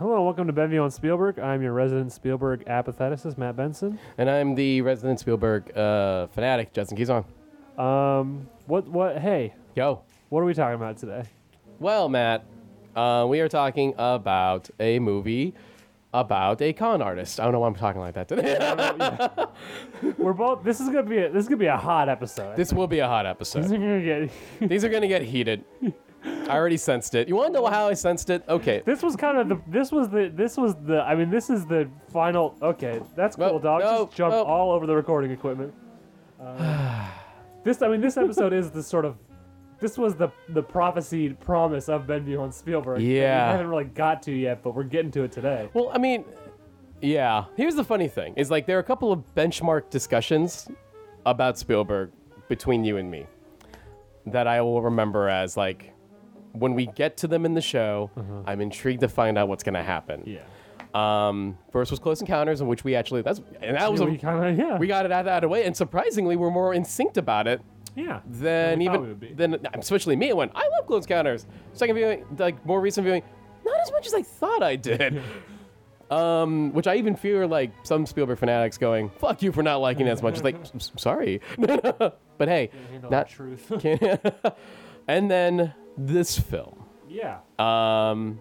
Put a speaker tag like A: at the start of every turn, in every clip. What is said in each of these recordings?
A: welcome to Benview on Spielberg. I'm your resident Spielberg apatheticist, Matt Benson.
B: And I'm the resident Spielberg uh, fanatic, Justin Keyson.
A: Um, what, what, hey,
B: Yo.
A: what are we talking about today?
B: Well, Matt, uh, we are talking about a movie about a con artist. I don't know why I'm talking like that today.
A: We're both, this is going to be a, this is going to be a hot episode.
B: this will be a hot
A: This
B: episode.
A: is gonna get-
B: These are going to get heated. I already sensed it. You want to know how I sensed it? Okay.
A: this was kind of the, this was the, this was the, I mean, this is the final, okay, that's cool,
B: Well,
A: dog.
B: no,
A: Just jump
B: well.
A: all over the recording equipment. Um, this, I mean, this episode is the sort of, this was the the prophesied promise of Benview on Spielberg. that
B: Yeah.
A: We haven't really got to yet, but we're getting to it today.
B: Well, I mean, yeah. Here's the funny thing is like there are a couple of benchmark discussions about Spielberg between you and me that I will remember as like when we get to them in the show, I'm intrigued to find out what's going to happen.
A: Mm-hmm. Yeah.
B: Um, first was Close Encounters, in which we actually that's and that was
A: Yeah,
B: a,
A: we kind of yeah.
B: we got it out of the way, and surprisingly, we're more in sync about it
A: yeah.
B: than
A: We thought we
B: even
A: would be.
B: than especially me. It went, I love Close Encounters. Second viewing, like more recent viewing, not as much as I thought I did. Um, which I even fear, like some Spielberg fanatics going, "Fuck you for not liking it as much." It's like, "S- s- sorry, but hey,
A: Handle the
B: not
A: truth.
B: and then this film,
A: yeah.
B: um,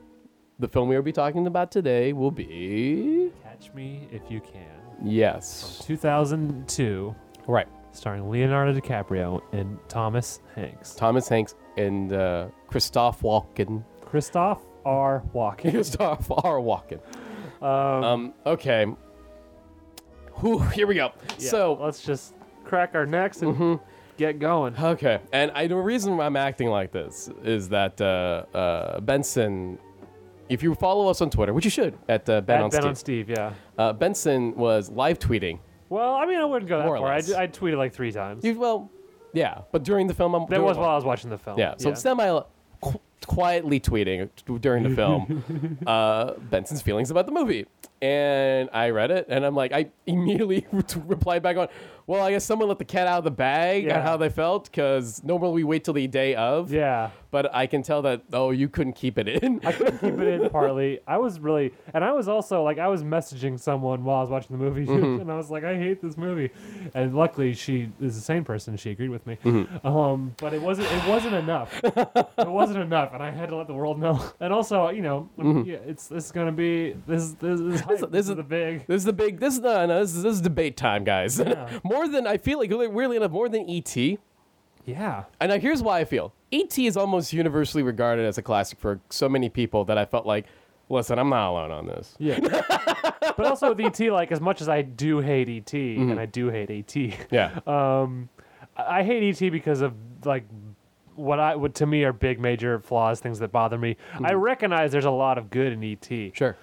B: the film we will be talking about today will be
A: Catch me if you can.
B: yes,
A: 2002,
B: right.
A: starring Leonardo DiCaprio and Thomas Hanks.
B: Thomas Hanks and uh, Christoph Walken.
A: Christoph R. Walken.
B: Christoph R. Walken.
A: Um,
B: Um, okay. Whew, here we go.
A: yeah,
B: So, Mm-hmm.
A: let's just crack our necks and get going.
B: okay. And I, the reason I'm acting like this is that uh, uh, Benson, if you follow us on Twitter, which you should, at uh, Ben,
A: At
B: on,
A: ben
B: Steve,
A: on Steve, yeah.
B: Uh, Benson was live tweeting.
A: Well, I mean, I wouldn't go that
B: More or
A: far. I,
B: less.
A: d- I tweeted like three times.
B: You, well, yeah, but during the film, I'm,
A: that
B: during-
A: was while I was watching the film.
B: Yeah, so semi qu- quietly tweeting t- during the film uh, Benson's feelings about the movie. And I read it and I'm like, I immediately replied back on, well, I guess someone let the cat out of the bag
A: Yeah.
B: on how they felt because normally we wait till the day of.
A: yeah.
B: But I can tell that, oh, you couldn't keep it in.
A: I couldn't keep it in partly. I was really, and I was also like, I was messaging someone while I was watching the movie, and I was like, I hate this movie. And luckily, she is the same person. She agreed with me. Um, but it wasn't, it wasn't enough. it wasn't enough, and I had to let the world know. And also, you know, yeah, it's this is gonna be this this Mm-hmm. this, hype,
B: This-
A: this,
B: this
A: is
B: is-
A: the big.
B: This is the big. This is the. No, this, is, this is debate time, guys. more than I feel like, weirdly enough, more than E ET.
A: Yeah,
B: And now here's why I feel E.T. is almost universally regarded as a classic for so many people that I felt like, listen, I'm not alone on this.
A: yeah. but also with ET, like as much as I do hate ET, and I do hate ET.
B: Yeah.
A: Um, I I hate ET because of like what I what to me are big major flaws, things that bother me. I recognize there's a lot of good in ET.
B: sure.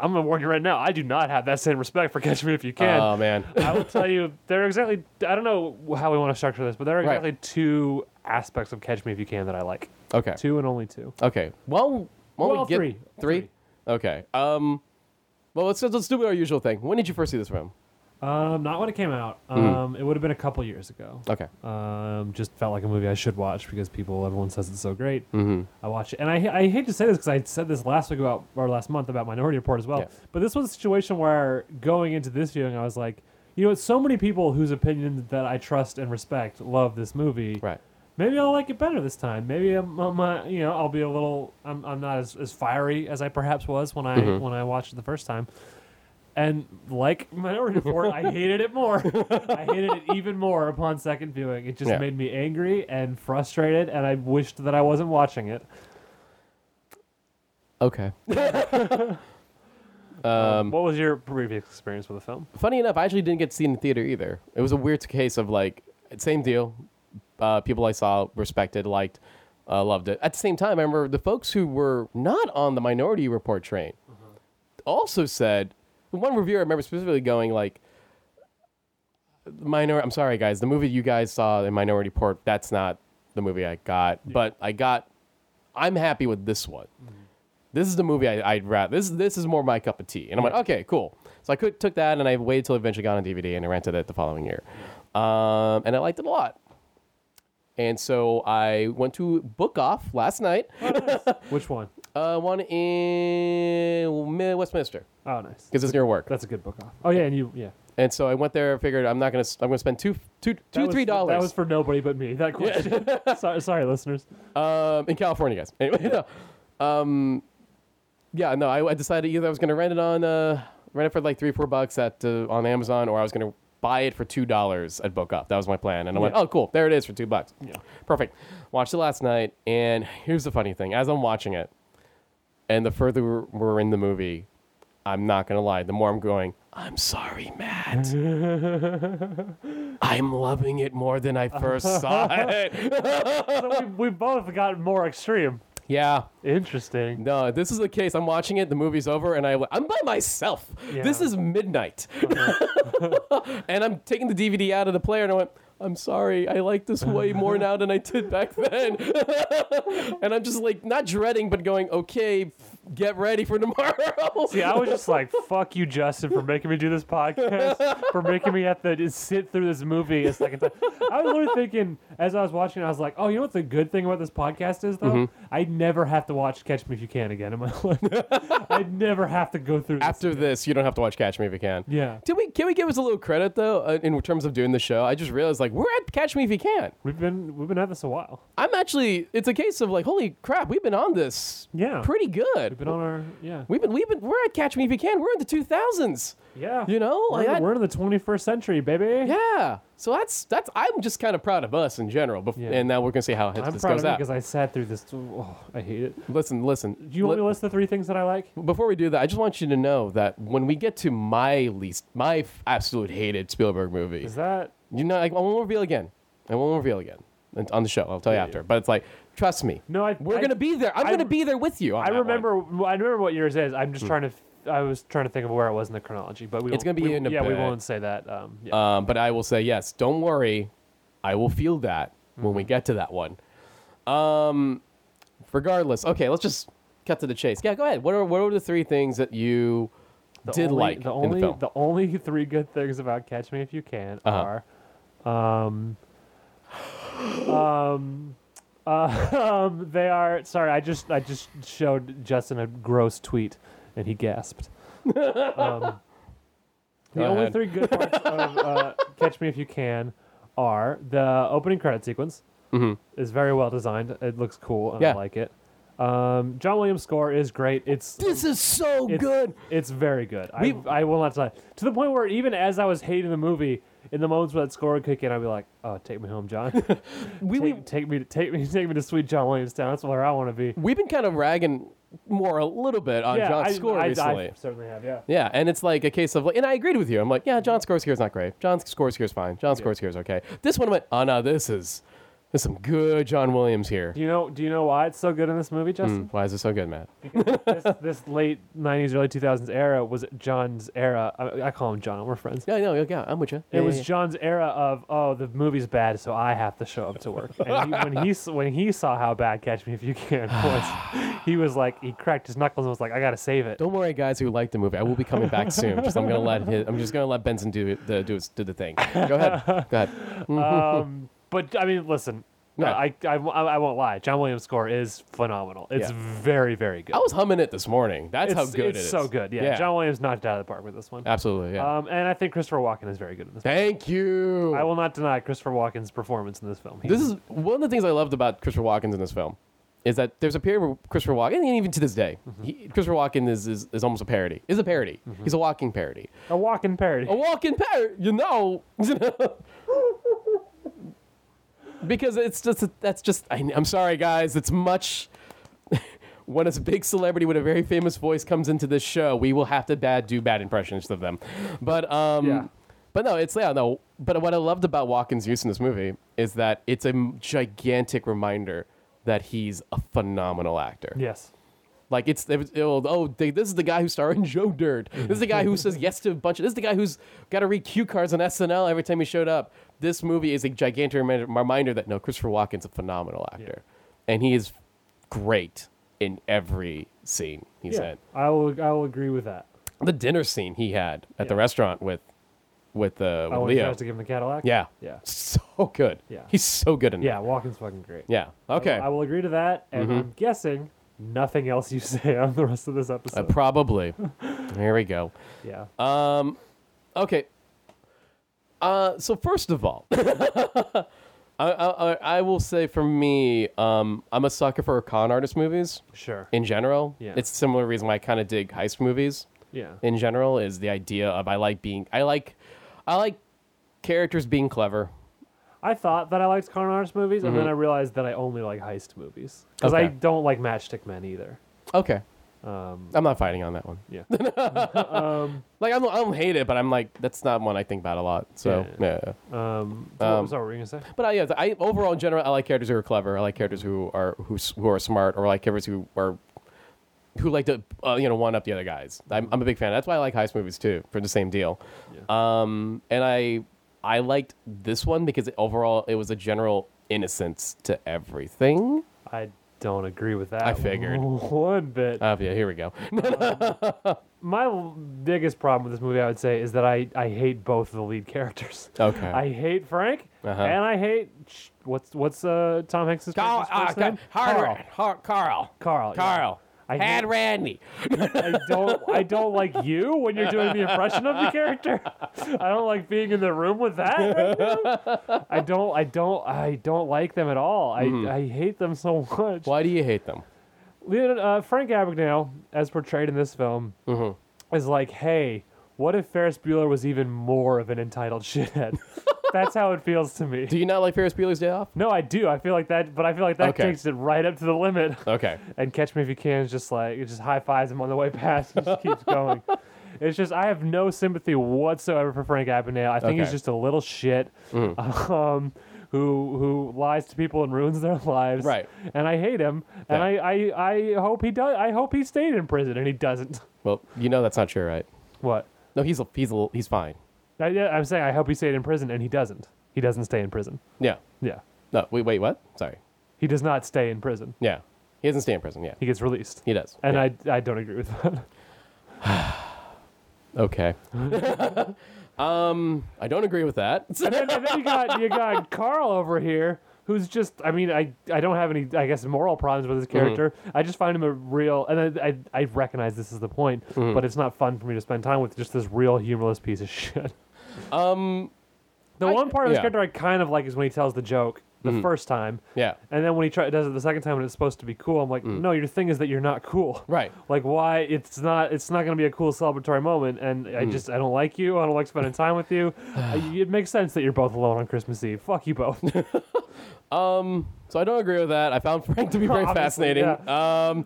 A: I'm gonna warn you right now. I do not have that same respect for Catch Me If You Can.
B: Oh, man.
A: I will tell you, there are exactly I don't know how we want to structure this, but there are
B: Right.
A: exactly two aspects of Catch Me If You Can that I like.
B: Okay.
A: Two and only two.
B: Okay. Well, why don't
A: Well,
B: we get
A: three. Three.
B: Okay. Um, well, let's, let's do our usual thing. When did you first see this film?
A: Um, not when it came out. Um, it would have been a couple years ago.
B: Okay.
A: Um, just felt like a movie I should watch because people, everyone says it's so great. I watch it, and I, I hate to say this because I said this last week about or last month about Minority Report as well.
B: Yeah.
A: But this was a situation where going into this viewing, I was like, you know, it's so many people whose opinion that I trust and respect love this movie.
B: Right.
A: Maybe I'll like it better this time. Maybe I'm, I'm uh, you know, I'll be a little. I'm, I'm not as, as fiery as I perhaps was when I
B: Mm-hmm.
A: when I watched it the first time. And like Minority Report, I hated it more. I hated it even more upon second viewing. It just
B: Yeah.
A: made me angry and frustrated, and I wished that I wasn't watching it.
B: Okay. Um,
A: what was your previous experience with the film?
B: Funny enough, I actually didn't get to see it in the theater either. It was a weird case of like, same deal. Uh, people I saw respected, liked, uh, loved it. At the same time, I remember the folks who were not on the Minority Report train also said one reviewer I remember specifically going like, "Minor, I'm sorry guys, the movie you guys saw in Minority Report, that's not the movie I got, but I got, I'm happy with this one." this is the movie I, I'd rather. This this is more my cup of tea. And I'm like, okay, cool. So I could, took that and I waited till it eventually got on DVD and I rented it the following year, um, and I liked it a lot. And so I went to Book Off last night.
A: Which one?
B: Uh, one in Mi- Westminster
A: Oh, nice.
B: because it's near work.
A: That's a good book off. Oh yeah, and you yeah.
B: And so I went there, figured I'm not gonna, s- I'm gonna spend two, two,
A: That
B: two,
A: was-
B: three dollars.
A: That was for nobody but me. That question. sorry, sorry, listeners.
B: um, in California, guys. Anyway, no. um, yeah, no, I, I decided either I was gonna rent it on, uh, rent it for like three, four bucks at uh, on Amazon, or I was gonna buy it for two dollars at Book Up. That was my plan, and I went,
A: Yeah.
B: oh, cool, there it is for two bucks.
A: Yeah.
B: Perfect. Watched it last night, and here's the funny thing: as I'm watching it, and the further we're- we're in the movie, I'm not gonna lie, the more I'm going, I'm sorry, Matt. I'm loving it more than I first saw it.
A: So we, we both got more extreme.
B: yeah.
A: Interesting.
B: No, this is the case. I'm watching it. The movie's over, and I I'm by myself.
A: Yeah. Uh-huh.
B: This is midnight, and I'm taking the DVD out of the player, and I went. I'm sorry. I like this way more now than I did back then, and I'm just like not dreading, but going, okay, f- get ready for tomorrow.
A: See, I was just like, "Fuck you, Justin, for making me do this podcast, for making me have to just sit through this movie a second time." I was literally thinking as I was watching, I was like, "Oh, you know what the good thing about this podcast is, though?
B: Mm-hmm.
A: I never have to watch Catch Me If You Can again in my life. I never have to go through this.
B: After this, you don't have to watch Catch Me If You Can.
A: Yeah.
B: Did we? Can we give us a little credit though, uh, in terms of doing the show? I just realized like we're at Catch Me If You Can.
A: We've been we've been at this a while.
B: I'm actually. It's a case of like, holy crap, we've been on this.
A: Yeah.
B: Pretty good.
A: We've been on our yeah
B: We've been, we've been, we're at Catch Me If You Can. We're in the 2000s.
A: yeah.
B: You know,
A: we're,
B: like
A: in,
B: that-
A: we're in the 21st century, baby.
B: Yeah. So that's, that's, I'm just kind of proud of us in general. Bef-
A: Yeah.
B: And now we're going to see how
A: I'm
B: this
A: proud
B: goes
A: of it
B: out.
A: because I sat through this. Oh, I hate it.
B: listen, listen.
A: Do you want
B: Li-
A: me to list the three things that I like?
B: before we do that, I just want you to know that when we get to my least, my f- absolute hated Spielberg movie,
A: Is that
B: you know, like, I won't reveal again. I won't reveal again And- on the show. I'll tell you
A: Yeah,
B: after. But it's like, trust me.
A: no? I
B: We're
A: I-
B: going to be there. I'm
A: I
B: going to
A: re-
B: be there with you. on
A: I
B: that one. Hmm.
A: remember. I remember what yours is. I'm just trying to. f- I was trying to think of where it was in the chronology, but we.
B: It's
A: won't-
B: gonna be
A: we-
B: in a
A: Yeah, we
B: bit.
A: won't say that. Um, yeah.
B: Um, but I will say yes. Don't worry, I will feel that when
A: Mm-hmm.
B: we get to that one. Um, regardless, okay, let's just cut to the chase. Yeah, go ahead. What are what are the three things that you
A: The
B: did
A: only-
B: like
A: the
B: in
A: only
B: the film?
A: only three good things about Catch Me If You Can
B: Uh-huh.
A: are, um, um. uh, um, they are sorry. I just I just showed Justin a gross tweet, and he gasped. Um, the
B: Go
A: only
B: ahead.
A: three good parts of uh, Catch Me If You Can are the opening credit sequence
B: Mhm.
A: is very well designed. It looks cool, and I
B: Yeah.
A: like it. Um, John Williams' score is great. It's
B: This is so
A: it's,
B: good.
A: It's very good.
B: We-
A: I, I will not lie. To the point where even as I was hating the movie, in the moments where that score would kick in, I'd be like, "Oh, take me home, John. take,
B: We, we
A: take me to take me take me to sweet John Williams town. That's where I want to be."
B: we've been kind of ragging more a little bit on
A: yeah,
B: John's
A: I,
B: score
A: I,
B: recently.
A: I certainly have. Yeah.
B: Yeah, and it's like a case of, like, and I agreed with you. I'm like, yeah, John's scores here is not great. John's scores here is fine. John's scores here is okay. This one went, oh no, this is, there's some good John Williams here. Hmm,
A: Do you know? Do you know why it's so good in this movie, Justin?
B: Why is it so good, Matt?
A: this, this late '90s, early 2000s era was John's era. I, I call him John. We're friends.
B: Yeah, no, yeah, yeah, I'm with you.
A: It was John's era of oh the movie's bad so I have to show up to work. And he, when he s- when he saw how bad Catch Me If You Can was, he was like he cracked his knuckles and was like I gotta save it.
B: Don't worry, guys who like the movie. I will be coming back soon. Just I'm gonna let his, I'm just gonna let Benson do the do, his- do the thing. Go ahead, go ahead.
A: Um, but I mean, listen, no,
B: Yeah.
A: I, I w- I- I won't lie. John Williams' score is phenomenal. It's
B: Yeah.
A: very very good.
B: I was humming it this morning. That's
A: it's,
B: how good
A: it's
B: it is.
A: so good. Yeah, John Williams knocked it out of the park with this one.
B: Absolutely. Yeah.
A: Um, and I think Christopher Walken is very good in this.
B: Thank you.
A: I will not deny Christopher Walken's performance in this film. He's
B: this is one of the things I loved about Christopher Walken in this film, is that there's a period where Christopher Walken, and even to this day,
A: Mm-hmm.
B: he, Christopher Walken is, is is almost a parody. Is a parody. He's a walking parody.
A: a Walken parody.
B: a walking parrot, you know. because it's just that's just I, I'm sorry, guys. It's much when it's a big celebrity with a very famous voice comes into this show, we will have to bad do bad impressions of them. But um,
A: Yeah.
B: but no, it's yeah no. But what I loved about Walken's use in this movie is that it's a m- gigantic reminder that he's a phenomenal actor.
A: Yes.
B: Like it's it was- it'll, oh they, this is the guy who starred in Joe Dirt. This is the guy who says yes to a bunch. Of, this is the guy who's got to read cue cards on SNL every time he showed up. This movie is a gigantic reminder, reminder that no, Christopher Walken's a phenomenal actor, and he is great in every scene he's
A: yeah.
B: in.
A: I will I will agree with that.
B: The dinner scene he had at the
A: Yeah.
B: restaurant with with uh,
A: I
B: with
A: would
B: Leo.
A: tries to give him the Cadillac.
B: Yeah,
A: Yeah.
B: so good.
A: Yeah.
B: he's so good in.
A: Yeah, Walken's fucking great.
B: yeah.
A: I will-
B: Okay. Mm-hmm.
A: I will agree to that, and I'm guessing nothing else you say on the rest of this
B: Uh,
A: episode.
B: probably. there we go.
A: yeah.
B: Um, okay. Uh, so first of all, I, I, I- I will say for me, um, I'm a sucker for con artist movies
A: sure.
B: in general.
A: Yeah.
B: It's a similar reason why I kind of dig heist movies
A: yeah.
B: in general is the idea of I like being I like I like characters being clever.
A: I thought that I liked con artist movies, and then I realized that I only like heist movies because I
B: Mm-hmm. Okay.
A: don't like Matchstick Men either.
B: Okay. I'm not fighting on that one.
A: Yeah.
B: Like I don't, I don't hate it, but I'm like that's not one I think about a lot. So yeah.
A: Um, so what- sorry,
B: Um,
A: what were you gonna say?
B: But I, yeah, I overall in general, I like characters who are clever. I like characters who are who s- who are smart, or I like characters who are who like to uh, you know one up the other guys. I'm, I'm a big fan. That's why I like heist movies too, for the same deal. Um, and I I liked this one because it, overall it was a general innocence to everything.
A: I don't agree with that.
B: I figured.
A: one bit.
B: Uh, yeah, here we go.
A: My l- biggest problem with this movie, I would say, is that I, I hate both of the lead characters.
B: Oh, Okay.
A: I hate Frank,
B: Uh-huh.
A: and I hate sh- what's what's uh, Tom Hanks'
B: Carl,
A: character's first name?
B: Carl, Carl, Carl,
A: Carl. yeah.
B: Carl.
A: I
B: had
A: hate-
B: Randy.
A: I don't I don't like you when you're doing the impression of the character. I don't like being in the room with that. Right now. I don't I don't I don't like them at all. I,
B: Mm-hmm.
A: I hate them so much.
B: Why do you hate them?
A: Leonard, uh, Frank Abagnale, as portrayed in this film,
B: Mm-hmm.
A: is like, hey, what if Ferris Bueller was even more of an entitled shithead? That's how it feels to me.
B: Do you not like Ferris Bueller's Day Off?
A: No, I do. I feel like that, but I feel like that
B: Okay.
A: takes it right up to the limit.
B: Okay.
A: and Catch Me If You Can is just like it just high fives him on the way past and just keeps going. It's just I have no sympathy whatsoever for Frank Abagnale. I think he's
B: Okay. Mm.
A: just a little shit, um, who who lies to people and ruins their lives.
B: Right.
A: And I hate him. And I, I I hope he does. I hope he stayed in prison and he doesn't.
B: Well, you know that's not true, right?
A: What?
B: No, he's a, he's a, he's fine.
A: I, yeah, I'm saying I hope he stayed in prison and he doesn't. He doesn't stay in prison.
B: Yeah.
A: Yeah.
B: No. Wait. Wait. What? Sorry.
A: He does not stay in prison.
B: Yeah. He doesn't stay in prison. Yeah.
A: He gets released.
B: He does.
A: And
B: yeah.
A: I I don't agree with that.
B: Okay. um, I don't agree with that.
A: and, then, and then you got you got Carl over here, who's just I mean I I don't have any I guess moral problems with his
B: Mm-hmm.
A: character. I just find him a real and I I, I recognize this is the point,
B: Mm-hmm.
A: but it's not fun for me to spend time with just this real humorless piece of shit.
B: Um.
A: The
B: I-
A: one part of his
B: yeah. Mm-hmm.
A: character I kind of like is when he tells the joke the first time,
B: Yeah.
A: and then when he try, does it the second time and it's supposed to be cool. I'm like,
B: Mm.
A: no, your thing is that you're not cool.
B: Right.
A: Like why it's not it's not gonna be a cool celebratory moment, and I
B: Hmm.
A: just I don't like you. I don't like spending time with you. I- it makes sense that you're both alone on Christmas Eve. Fuck you both.
B: So I don't agree with that. I found Frank to be very
A: Obviously,
B: fascinating. Um,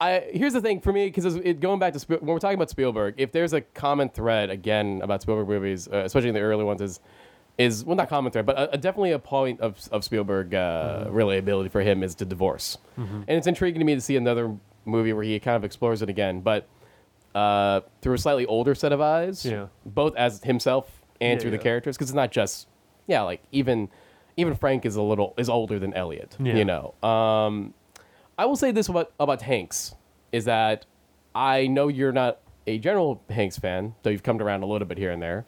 B: I here's the thing for me because it, going back to Spiel, when we're talking about Spielberg, if there's a common thread again about Spielberg movies, uh, especially the early ones, is is well not common thread, but a, a- definitely a point of of Spielberg uh,
A: Mm-hmm.
B: relatability for him is to divorce, and it's intriguing to me to see another movie where he kind of explores it again, but uh, through a slightly older set of eyes,
A: Yeah.
B: both as himself and
A: Yeah,
B: through
A: yeah.
B: the characters, because it's not just yeah, like even even Frank is a little is older than Elliot,
A: Yeah.
B: you know. Um, I will say this about about Hanks is that I know you're not a general Hanks fan, though you've come around a little bit here and there.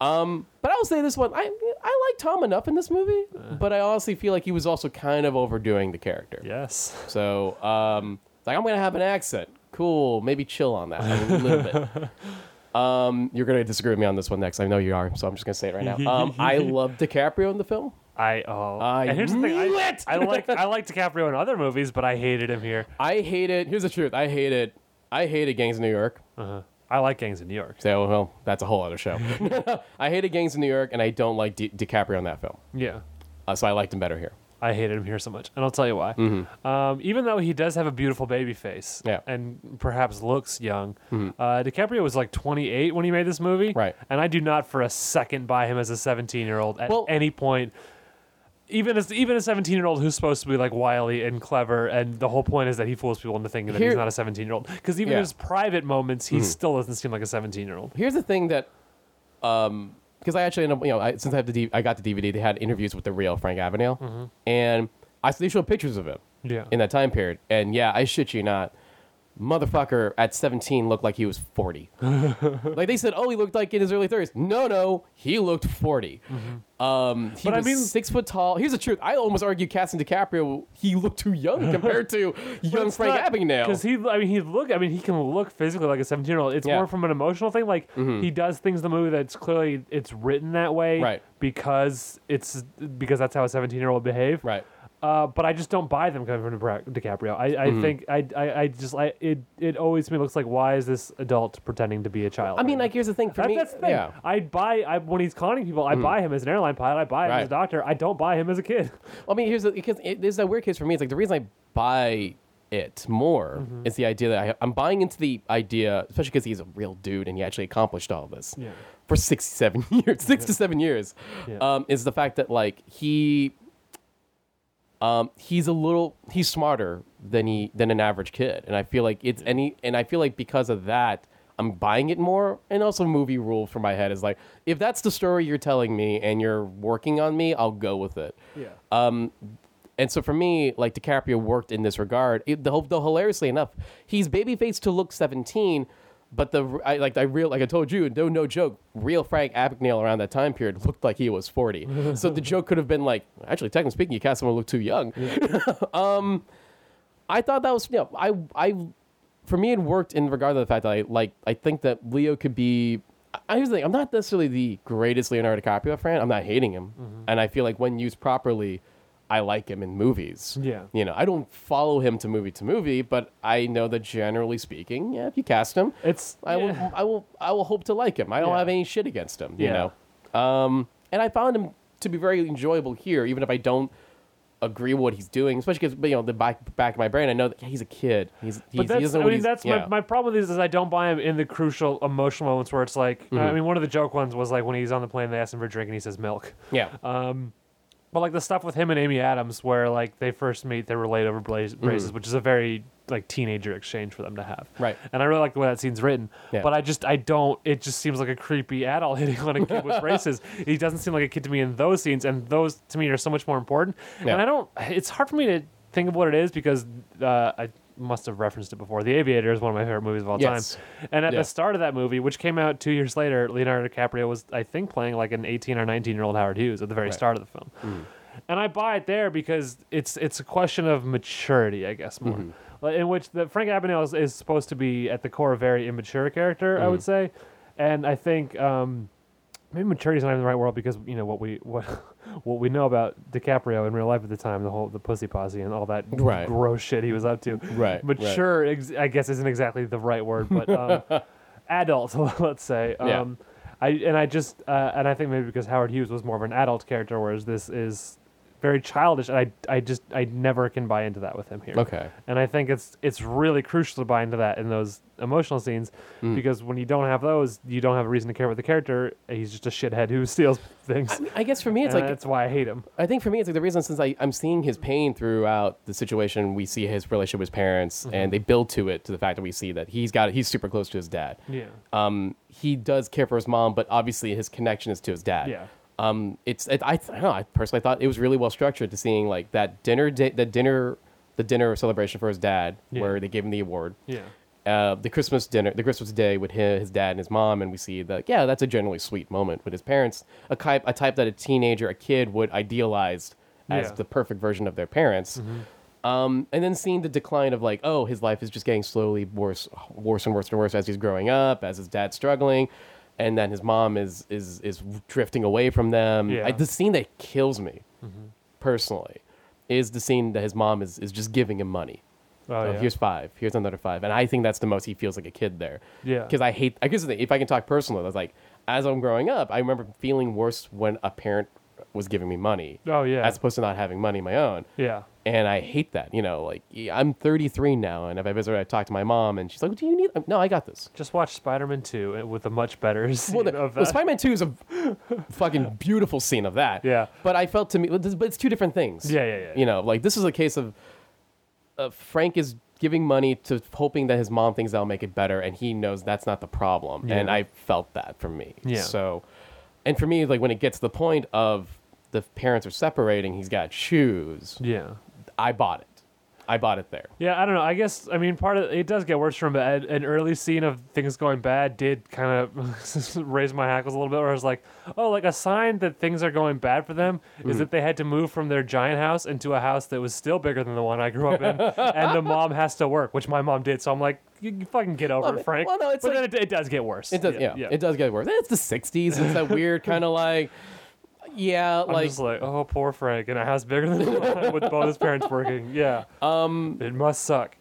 B: um, but I will say this one: I I like Tom enough in this movie, but I honestly feel like he was also kind of overdoing the character.
A: yes.
B: So um, it's like I'm gonna have an accent. Cool, maybe chill on that a little bit. Um, you're gonna disagree with me on this one next. I know you are, so I'm just gonna say it right now. Um, I love DiCaprio in the film.
A: I oh.
B: I
A: and here's the thing.
B: knew
A: I,
B: it!
A: I like I like DiCaprio in other movies, but I hated him here.
B: I hate it. Here's the truth. I hate it. I hated Gangs of New York.
A: Uh-huh. I like Gangs in New York.
B: So well, that's a whole other show. I hated Gangs of New York, and I don't like Di- DiCaprio in that film.
A: Yeah.
B: Uh, so I liked him better here.
A: I hated him here so much, and I'll tell you why. Um, even though he does have a beautiful baby face,
B: Mm-hmm. Yeah. Mm-hmm.
A: and perhaps looks young, uh, DiCaprio was like 28 when he made this movie,
B: Right.
A: And I do not for a second buy him as a 17 year old at
B: Well-
A: any point. Even as even a 17 year old who's supposed to be like wily and clever, and the whole point is that he fools people into thinking that he's
B: Here-
A: not a 17 year old. Because even in
B: Yeah. Mm-hmm.
A: his private moments, he still doesn't seem like a 17 year old.
B: Here's the thing that, um, because I actually, end up, you know, I, since I have the D- I got the DVD, they had interviews with the real Frank Abagnale, and I they showed pictures of him
A: Yeah.
B: in that time period. And yeah, I shit you not, motherfucker at 17 looked like he was 40. like they said, oh, he looked like in his early 30s. No, no, he looked 40. Um, he
A: Mm-hmm. But I
B: was
A: mean-
B: six foot tall. Here's the truth. I almost argue Casting DiCaprio, he looked too young compared to young Frank Abagnale.
A: Because he, I mean, he look. I mean, he can look physically like a seventeen-year-old. It's
B: Yeah. Mm-hmm.
A: more from an emotional thing. Like he does things in the movie that's clearly it's written that way,
B: Right.
A: Because it's because that's how a seventeen-year-old behave,
B: right.
A: Uh, but I just don't buy them coming from Debra- DiCaprio. I, I
B: Mm-hmm.
A: think I, I, I just I it it always to me looks like why is this adult pretending to be a child?
B: I mean, like, here's the thing for
A: That-
B: me.
A: that's the thing.
B: Yeah. Mm-hmm.
A: I buy I, when he's conning people. I buy him as an airline pilot. I buy him as
B: Right.
A: a doctor. I don't buy him as a kid.
B: I mean, here's the, because it, there's that weird case for me. It's like the reason I buy it more
A: Mm-hmm.
B: is the idea that I, I'm buying into the idea, especially because he's a real dude and he actually accomplished all this
A: Yeah.
B: for six, seven years, six to seven years.
A: Yeah.
B: Um, is the fact that like he, um, he's a little, he's smarter than he than an average kid, and I feel like it's any, and I feel like because of that. I'm buying it more, and also movie rule for my head is like, if that's the story you're telling me and you're working on me, I'll go with it.
A: Yeah.
B: Um, and so for me, like DiCaprio worked in this regard. It, though, though hilariously enough, he's babyface to look seventeen, but the I, like I real like I told you, no no joke, real Frank Abagnale around that time period looked like he was forty. so the joke could have been like, actually, technically speaking, you cast someone who looked too young. um, I thought that was you know, I I for me it worked in regard to the fact that I like I think that Leo could be I here's the thing, I'm not necessarily the greatest Leonardo DiCaprio fan. I'm not hating him. And I feel like when used properly, I like him in movies.
A: Yeah.
B: You know, I don't follow him to movie to movie, but I know that generally speaking, yeah, if you cast him,
A: It's
B: I will
A: yeah.
B: I will I will hope to like him. I don't
A: Yeah.
B: have any shit against him, you
A: Yeah.
B: know. Um and I found him to be very enjoyable here, even if I don't agree with what he's doing, especially because you know the back back of my brain, I know that yeah, he's a kid. He's, he's
A: But
B: he
A: that's,
B: doesn't
A: I
B: know what
A: mean,
B: he's-
A: that's
B: yeah.
A: my, my problem with these is I don't buy him in the crucial emotional moments where it's like,
B: Mm-hmm.
A: I mean, one of the joke ones was like when he's on the plane, they ask him for a drink and he says milk.
B: yeah.
A: um, But like the stuff with him and Amy Adams where like they first meet, they were laid over blaze,
B: Mm-hmm.
A: braces, which is a very like teenager exchange for them to have.
B: Right.
A: And I really like the way that scene's written.
B: Yeah.
A: But I just, I don't, it just seems like a creepy adult hitting on a kid with braces. He doesn't seem like a kid to me in those scenes. And those to me are so much more important.
B: Yeah.
A: And I don't, it's hard for me to think of what it is because uh, I must have referenced it before. The Aviator is one of my favorite movies of all
B: Yes.
A: time. And at
B: Yeah.
A: the start of that movie, which came out two years later, Leonardo DiCaprio was, I think, playing like an 18 or 19 year old Howard Hughes at the very
B: Right. Mm.
A: start of the film. And I buy it there because it's it's a question of maturity, I guess, more.
B: Mm-hmm.
A: Like, In which the Frank Abagnale is, is supposed to be at the core a very immature character, I would
B: Mm-hmm.
A: say, and I think um, maybe maturity is not even the right word because you know what we what what we know about DiCaprio in real life at the time, the whole the pussy posse and all that
B: Right.
A: gross shit he was up to.
B: Right, right.
A: mature, ex- I guess, isn't exactly the right word, but um, adult, let's say. Um,
B: Yeah.
A: I and I just uh, and I think maybe because Howard Hughes was more of an adult character, whereas this is very childish, and I I just I never can buy into that with him here.
B: Okay.
A: And I think it's it's really crucial to buy into that in those emotional scenes
B: Mm.
A: because when you don't have those, you don't have a reason to care about the character. He's just a shithead who steals things.
B: I guess for me, it's
A: and
B: like
A: that's why I hate him.
B: I think for me, it's like the reason since I, I'm seeing his pain throughout the situation. We see his relationship with his parents,
A: Mm-hmm.
B: and they build to it to the fact that we see that he's got he's super close to his dad.
A: Yeah.
B: Um, he does care for his mom, but obviously his connection is to his dad.
A: Yeah.
B: Um, it's it, I, I don't know. I personally thought it was really well structured to seeing like that dinner da- the dinner the dinner celebration for his dad
A: Yeah.
B: where they gave him the award.
A: Yeah. Oh,
B: Uh, the Christmas dinner, the Christmas day with his, his dad and his mom, and we see that yeah, that's a generally sweet moment with his parents, a type a type that a teenager, a kid would idealize as
A: Yeah. Mm-hmm.
B: the perfect version of their parents. Um, and then seeing the decline of like, oh, his life is just getting slowly worse, worse and worse and worse as he's growing up, as his dad's struggling, and then his mom is is is drifting away from them.
A: Yeah. Mm-hmm.
B: I, the scene that kills me, personally, is the scene that his mom is is just giving him money.
A: Oh,
B: Oh,
A: yeah.
B: Here's five. Here's another five. And I think that's the most he feels like a kid there.
A: Yeah.
B: Because I hate. I guess the thing, if I can talk personally, that's like as I'm growing up, I remember feeling worse when a parent was giving me money.
A: Oh, yeah.
B: As opposed to not having money of my own.
A: Yeah.
B: And I hate that. You know, like yeah, I'm 33 now, and if I visit, I talk to my mom, and she's like, "Do you need?" No, I got this.
A: Just watch Spider Man Two uh, with a much better scene
B: Well, the,
A: of
B: well
A: that.
B: Spider-Man Two is a fucking beautiful scene of that.
A: Yeah.
B: But I felt to me, but this- but it's two different things.
A: Yeah, yeah, yeah.
B: You know, like this is a case of uh, Frank is giving money to hoping that his mom thinks that'll make it better, and he knows that's not the problem.
A: Yeah.
B: And I felt that from me.
A: Yeah.
B: So, and for me, like when it gets to the point of the parents are separating, he's got shoes.
A: yeah.
B: I bought it. I bought it there.
A: Yeah, I don't know. I guess I mean part of it does get worse from an, an early scene of things going bad did kind of raise my hackles a little bit. Where I was like, oh, like a sign that things are going bad for them
B: Mm.
A: is that they had to move from their giant house into a house that was still bigger than the one I grew up in, and the mom has to work, which my mom did. So I'm like, you, you fucking get over
B: Well,
A: it, Frank.
B: well, no, it's
A: but
B: like-
A: then it, it does get worse.
B: It does, yeah, It does get worse. It's the '60s. It's that weird kind of like, yeah,
A: I'm
B: like
A: just like, oh, poor Frank, in a house bigger than the one with both his parents working. Yeah,
B: um.
A: it must suck.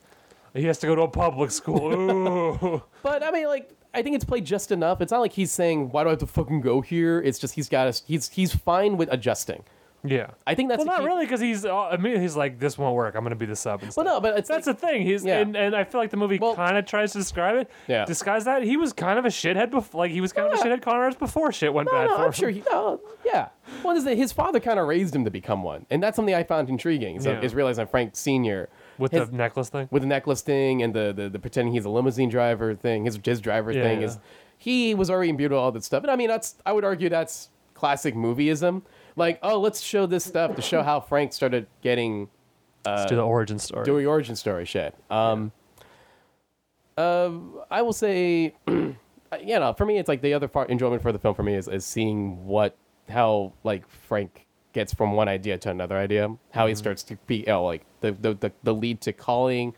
A: He has to go to a public school. Ooh.
B: But I mean, like, I think it's played just enough. It's not like he's saying, "Why do I have to fucking go here?" It's just he's got us. He's he's fine with adjusting.
A: yeah.
B: I think that's
A: Well,
B: the
A: not
B: key-
A: really, because he's uh, immediately he's like, "This won't work. I'm going to be the sub." And
B: Well,
A: stuff.
B: no, but it's
A: that's
B: like,
A: the thing. He's
B: Yeah.
A: and, and I feel like the movie
B: Well-
A: kind of tries to describe it,
B: Yeah.
A: disguise that he was kind of a shithead before. Like he was kind of a
B: Yeah.
A: shithead Conrad's before shit went
B: No,
A: bad
B: no,
A: for
B: I'm
A: him.
B: sure he. No, yeah. One is that his father kind of raised him to become one, and that's something I found intriguing. So
A: Yeah.
B: is realizing Frank Senior
A: With
B: his,
A: the necklace thing,
B: with the necklace thing and the, the the pretending he's a limousine driver thing, his his driver
A: Yeah,
B: thing
A: yeah.
B: is he was already imbued with all that stuff. And I mean, that's I would argue that's classic movieism. Like, oh, let's show this stuff to show how Frank started getting Uh,
A: let's do the origin story.
B: doing origin story shit. Um, uh, I will say, you know, for me, it's like the other part enjoyment for the film for me is, is seeing what how like Frank gets from one idea to another idea, how
A: Mm-hmm.
B: he starts to be, oh, like the the, the the lead to calling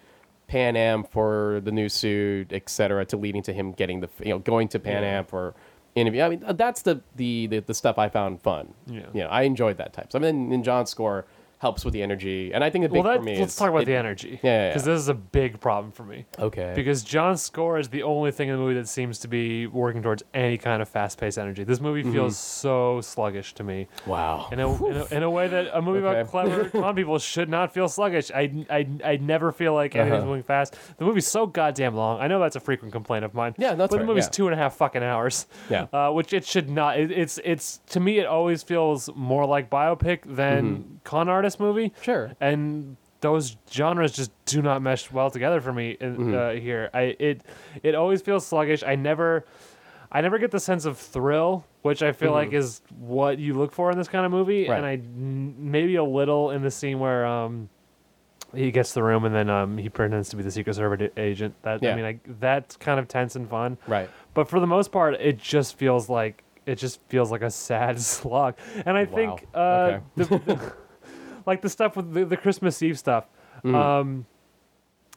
B: Pan Am for the new suit, etc., to leading to him getting the you know going to Pan
A: Yeah.
B: Am for interview. I mean, that's the the the, the stuff I found fun.
A: Yeah.
B: you know, I enjoyed that type. So I mean, and John's score helps with the energy, and I think the big
A: well, that,
B: for me
A: let's
B: is
A: talk about
B: it-
A: the energy.
B: Yeah, yeah,
A: because
B: yeah.
A: this is a big problem for me.
B: Okay.
A: Because John's score is the only thing in the movie that seems to be working towards any kind of fast-paced energy. This movie
B: Mm-hmm.
A: feels so sluggish to me.
B: wow.
A: in a, in a, in a way that a movie
B: Okay.
A: about clever con people should not feel sluggish. I, I, I never feel like anything's
B: Uh-huh.
A: moving fast. The movie's so goddamn long. I know that's a frequent complaint of mine.
B: Yeah,
A: but
B: that's
A: the
B: fair,
A: movie's
B: yeah.
A: two and a half fucking hours.
B: Yeah.
A: uh, which it should not. It, it's it's to me it always feels more like biopic than
B: Mm-hmm.
A: con artist movie.
B: Sure.
A: and. Those genres just do not mesh well together for me in,
B: Mm-hmm.
A: uh, here. I it it always feels sluggish. I never I never get the sense of thrill, which I feel like is what you look for in this kind of movie.
B: Mm-hmm. Right.
A: And I n- maybe a little in the scene where um, he gets the room and then um, he pretends to be the Secret Service a- agent. That
B: Yeah.
A: I mean, I, that's kind of tense and fun.
B: Right.
A: But for the most part, it just feels like it just feels like a sad slog. And I think uh,
B: Wow. Okay.
A: the, the- like the stuff with the, the Christmas Eve stuff. Um,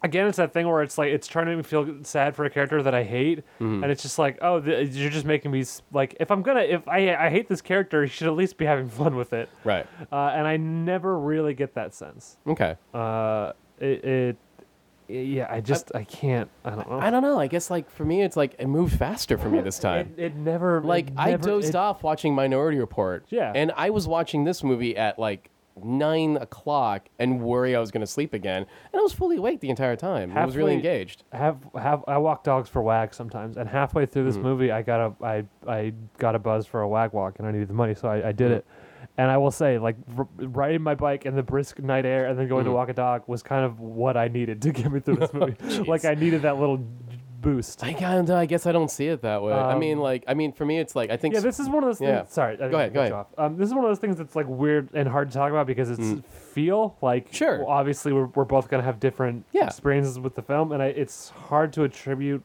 A: again, it's that thing where it's like it's trying to make me feel sad for a character that I hate, and it's just like, oh, th- you're just making me s- like if I'm gonna if I I hate this character, he should at least be having fun with it.
B: Right.
A: Uh, and I never really get that sense.
B: Okay.
A: Uh, it, it yeah, I just I, can't. I don't know.
B: I don't know. I guess like for me, it's like it moved faster for me this
A: it,
B: time.
A: it never
B: Like
A: it
B: I
A: never-
B: dozed
A: it-
B: off watching Minority Report.
A: Yeah.
B: And I was watching this movie at like nine o'clock and worry I was going to sleep again, and I was fully awake the entire time. I was really
A: Halfway-
B: engaged.
A: have have I walk dogs for wag sometimes, and halfway through this movie, I got a I I got a buzz for a wag walk, and I needed the money, so I, I did it. And I will say, like r- riding my bike in the brisk night air, and then going to walk a dog was kind of what I needed to get me through this movie. like I needed that little boost.
B: I kind of, I guess I don't see it that way. I
A: Um,
B: mean, like, I mean, for me, it's like I think.
A: Yeah, this is one of those things.
B: Yeah.
A: Sorry, I didn't mean to
B: ahead, go
A: cut you
B: ahead. Mm.
A: off. Um, this is one of those things that's like weird and hard to talk about because it's feel like.
B: Sure.
A: well, obviously, we're, we're both gonna have different
B: Yeah.
A: experiences with the film, and I, it's hard to attribute.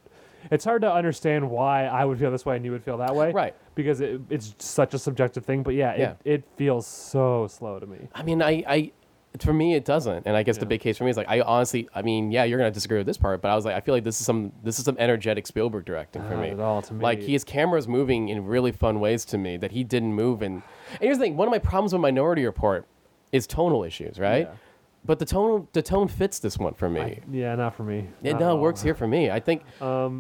A: It's hard to understand why I would feel this way and you would feel that way.
B: Right.
A: Because it, it's such a subjective thing, but yeah,
B: Yeah.
A: It, it feels so slow to me.
B: I mean, I, I, for me, it doesn't. And I guess the
A: Yeah.
B: big case for me is like, I honestly, I mean, yeah, you're gonna disagree with this part, but I was like, I feel like this is some, this is some energetic Spielberg directing for
A: Not
B: me.
A: at all to
B: Like
A: me.
B: his camera's moving in really fun ways to me that he didn't move. And, and here's the thing: one of my problems with Minority Report is tonal issues, right?
A: Yeah.
B: But the tone, the tone fits this one for me.
A: Yeah, not for me. Not
B: It no,
A: at
B: it
A: all. Um,
B: works here for me. I think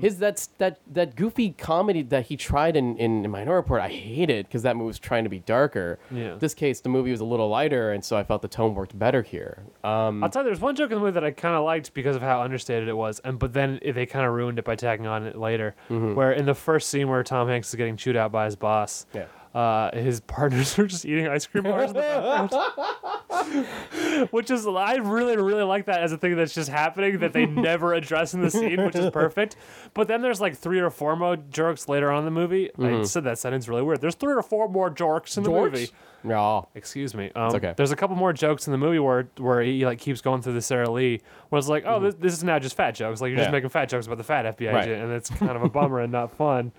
B: his that's that that goofy comedy that he tried in in Minority Report. I hate it because that movie was trying to be darker.
A: Yeah.
B: This case, the movie was a little lighter, and so I felt the tone worked better here. Um,
A: I'll tell you, there's one joke in the movie that I kind of liked because of how understated it was, and but then it- they kind of ruined it by tacking on it later. Where in the first scene where Tom Hanks is getting chewed out by his boss,
B: Yeah.
A: uh, his partners were just eating ice cream bars in the background. which is, I really, really like that as a thing that's just happening that they never address in the scene, which is perfect. But then there's like three or four more jerks later on in the movie. I said that sentence really weird. There's three or four more jerks in the movie.
B: No.
A: Excuse me. Um,
B: okay.
A: There's a couple more jokes in the movie where where he like keeps going through the Sarah Lee, where it's like, oh, this, this is now just fat jokes. Like you're
B: Mm-hmm. Yeah.
A: just making fat jokes about the fat FBI
B: Right.
A: agent, and it's kind of a bummer and not fun.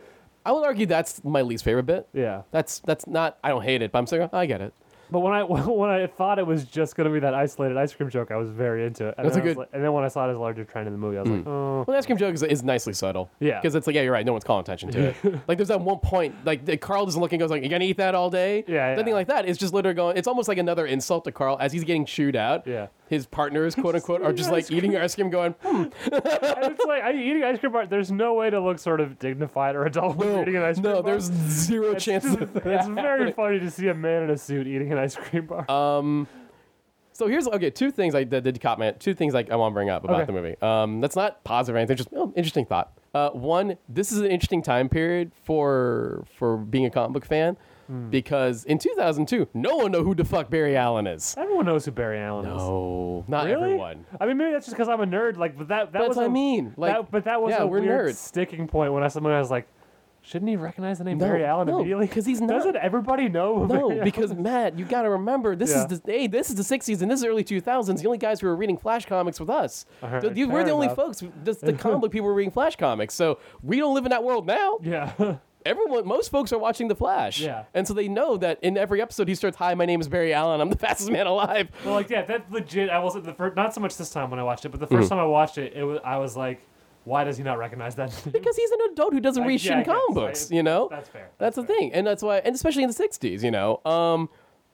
B: I would argue that's my least favorite bit.
A: Yeah.
B: That's that's not. I don't hate it, but I'm saying I get it.
A: But when I when I thought it was just gonna be that isolated ice cream joke, I was very into it. And
B: That's
A: then
B: a
A: I was
B: good- Mm.
A: like- and then when I saw it as a larger trend in the movie, I was like, oh,
B: Well, the ice cream joke is, is nicely subtle.
A: Yeah.
B: Because it's like, yeah, you're right. No one's calling attention to it. like, there's that one point, like, that Carl doesn't look and goes, like, you gonna eat that all day?
A: Yeah,
B: Nothing
A: yeah.
B: like that. It's just literally going, it's almost like another insult to Carl as he's getting chewed out.
A: Yeah.
B: His partners, quote unquote, are just
A: eating
B: like eating ice cream, going, hmm,
A: and it's like I eating ice cream bar. There's no way to look sort of dignified or adult when
B: no,
A: you're eating an ice cream bar.
B: no there's zero chance. of that
A: It's very
B: happening."
A: funny to see a man in a suit eating an ice cream bar.
B: Um, so here's okay. Two things I that did comment. Two things I, I want to bring up about
A: Okay.
B: the movie. Um, that's not positive or anything. Just oh, interesting thought. Uh, one, this is an interesting time period for for being a comic book fan
A: Hmm.
B: because in 2002, no one know who the fuck Barry Allen is.
A: Everyone knows who Barry Allen is.
B: Oh, not
A: Really?
B: everyone.
A: I mean, maybe that's just because I'm a nerd. Like, but that that
B: That's
A: was
B: what
A: a-
B: I mean. Like,
A: that, but that was
B: yeah,
A: a
B: we're
A: weird
B: nerds.
A: sticking point when I someone I was like, shouldn't he recognize the name
B: No,
A: Barry Allen
B: no,
A: immediately?
B: 'cause he's not-
A: Doesn't everybody know? who Barry
B: No,
A: Allen-
B: because Matt, you got to remember this
A: Yeah.
B: is the hey, this is the '60s and this is early 2000s. The only guys who were reading Flash comics with us,
A: Alright,
B: The- we're
A: fair
B: the only
A: enough.
B: folks. who- Just the comic book people were reading Flash comics, so we don't live in that world now.
A: yeah,
B: Everyone, most folks are watching The Flash,
A: Yeah.
B: and so they know that in every episode he starts, "Hi, my name is Barry Allen. I'm the fastest man alive."
A: well, like yeah, that legit. I was the first, not so much this time when I watched it, but the
B: Mm-hmm.
A: 1st time I watched it, it was I was like, why does he not recognize that? name?
B: Because he's an adult who doesn't
A: I-
B: read
A: yeah,
B: shit
A: I
B: in comic
A: guess. I-
B: books, you know.
A: that's fair.
B: That's the
A: fair.
B: thing, and that's why, and especially in the '60s, you know. Um,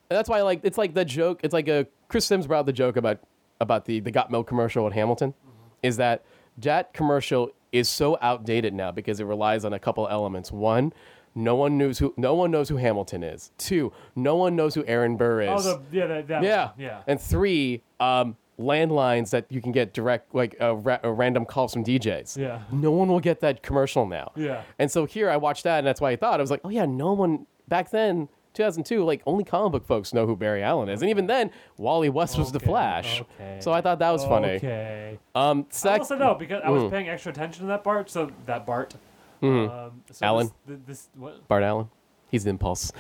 B: and that's why, like, it's like the joke. It's like a Chris Sims brought up the joke about about the the got milk commercial at Hamilton,
A: Mm-hmm.
B: is that that commercial is so outdated now because it relies on a couple elements. One, no one knows who no one knows who Hamilton is. Two, no one knows who Aaron Burr is.
A: Oh, the, yeah, that, that
B: Yeah.
A: one, yeah.
B: And three, um, landlines that you can get direct, like uh, ra- uh, random calls from DJs.
A: Yeah.
B: No one will get that commercial now.
A: Yeah.
B: And so here I watched that, and that's why I thought I was like, oh yeah, no one back then. 2002, like only comic book folks know who Barry Allen is, and even then, Wally West was the
A: Okay,
B: Flash.
A: okay.
B: So I thought that was funny. Mm.
A: Okay.
B: Um,
A: I
B: sec-
A: also know because I was paying extra attention to that Bart. So that Bart. Um, so
B: Mm-hmm. Alan.
A: This, this what
B: Bart Allen, he's the impulse.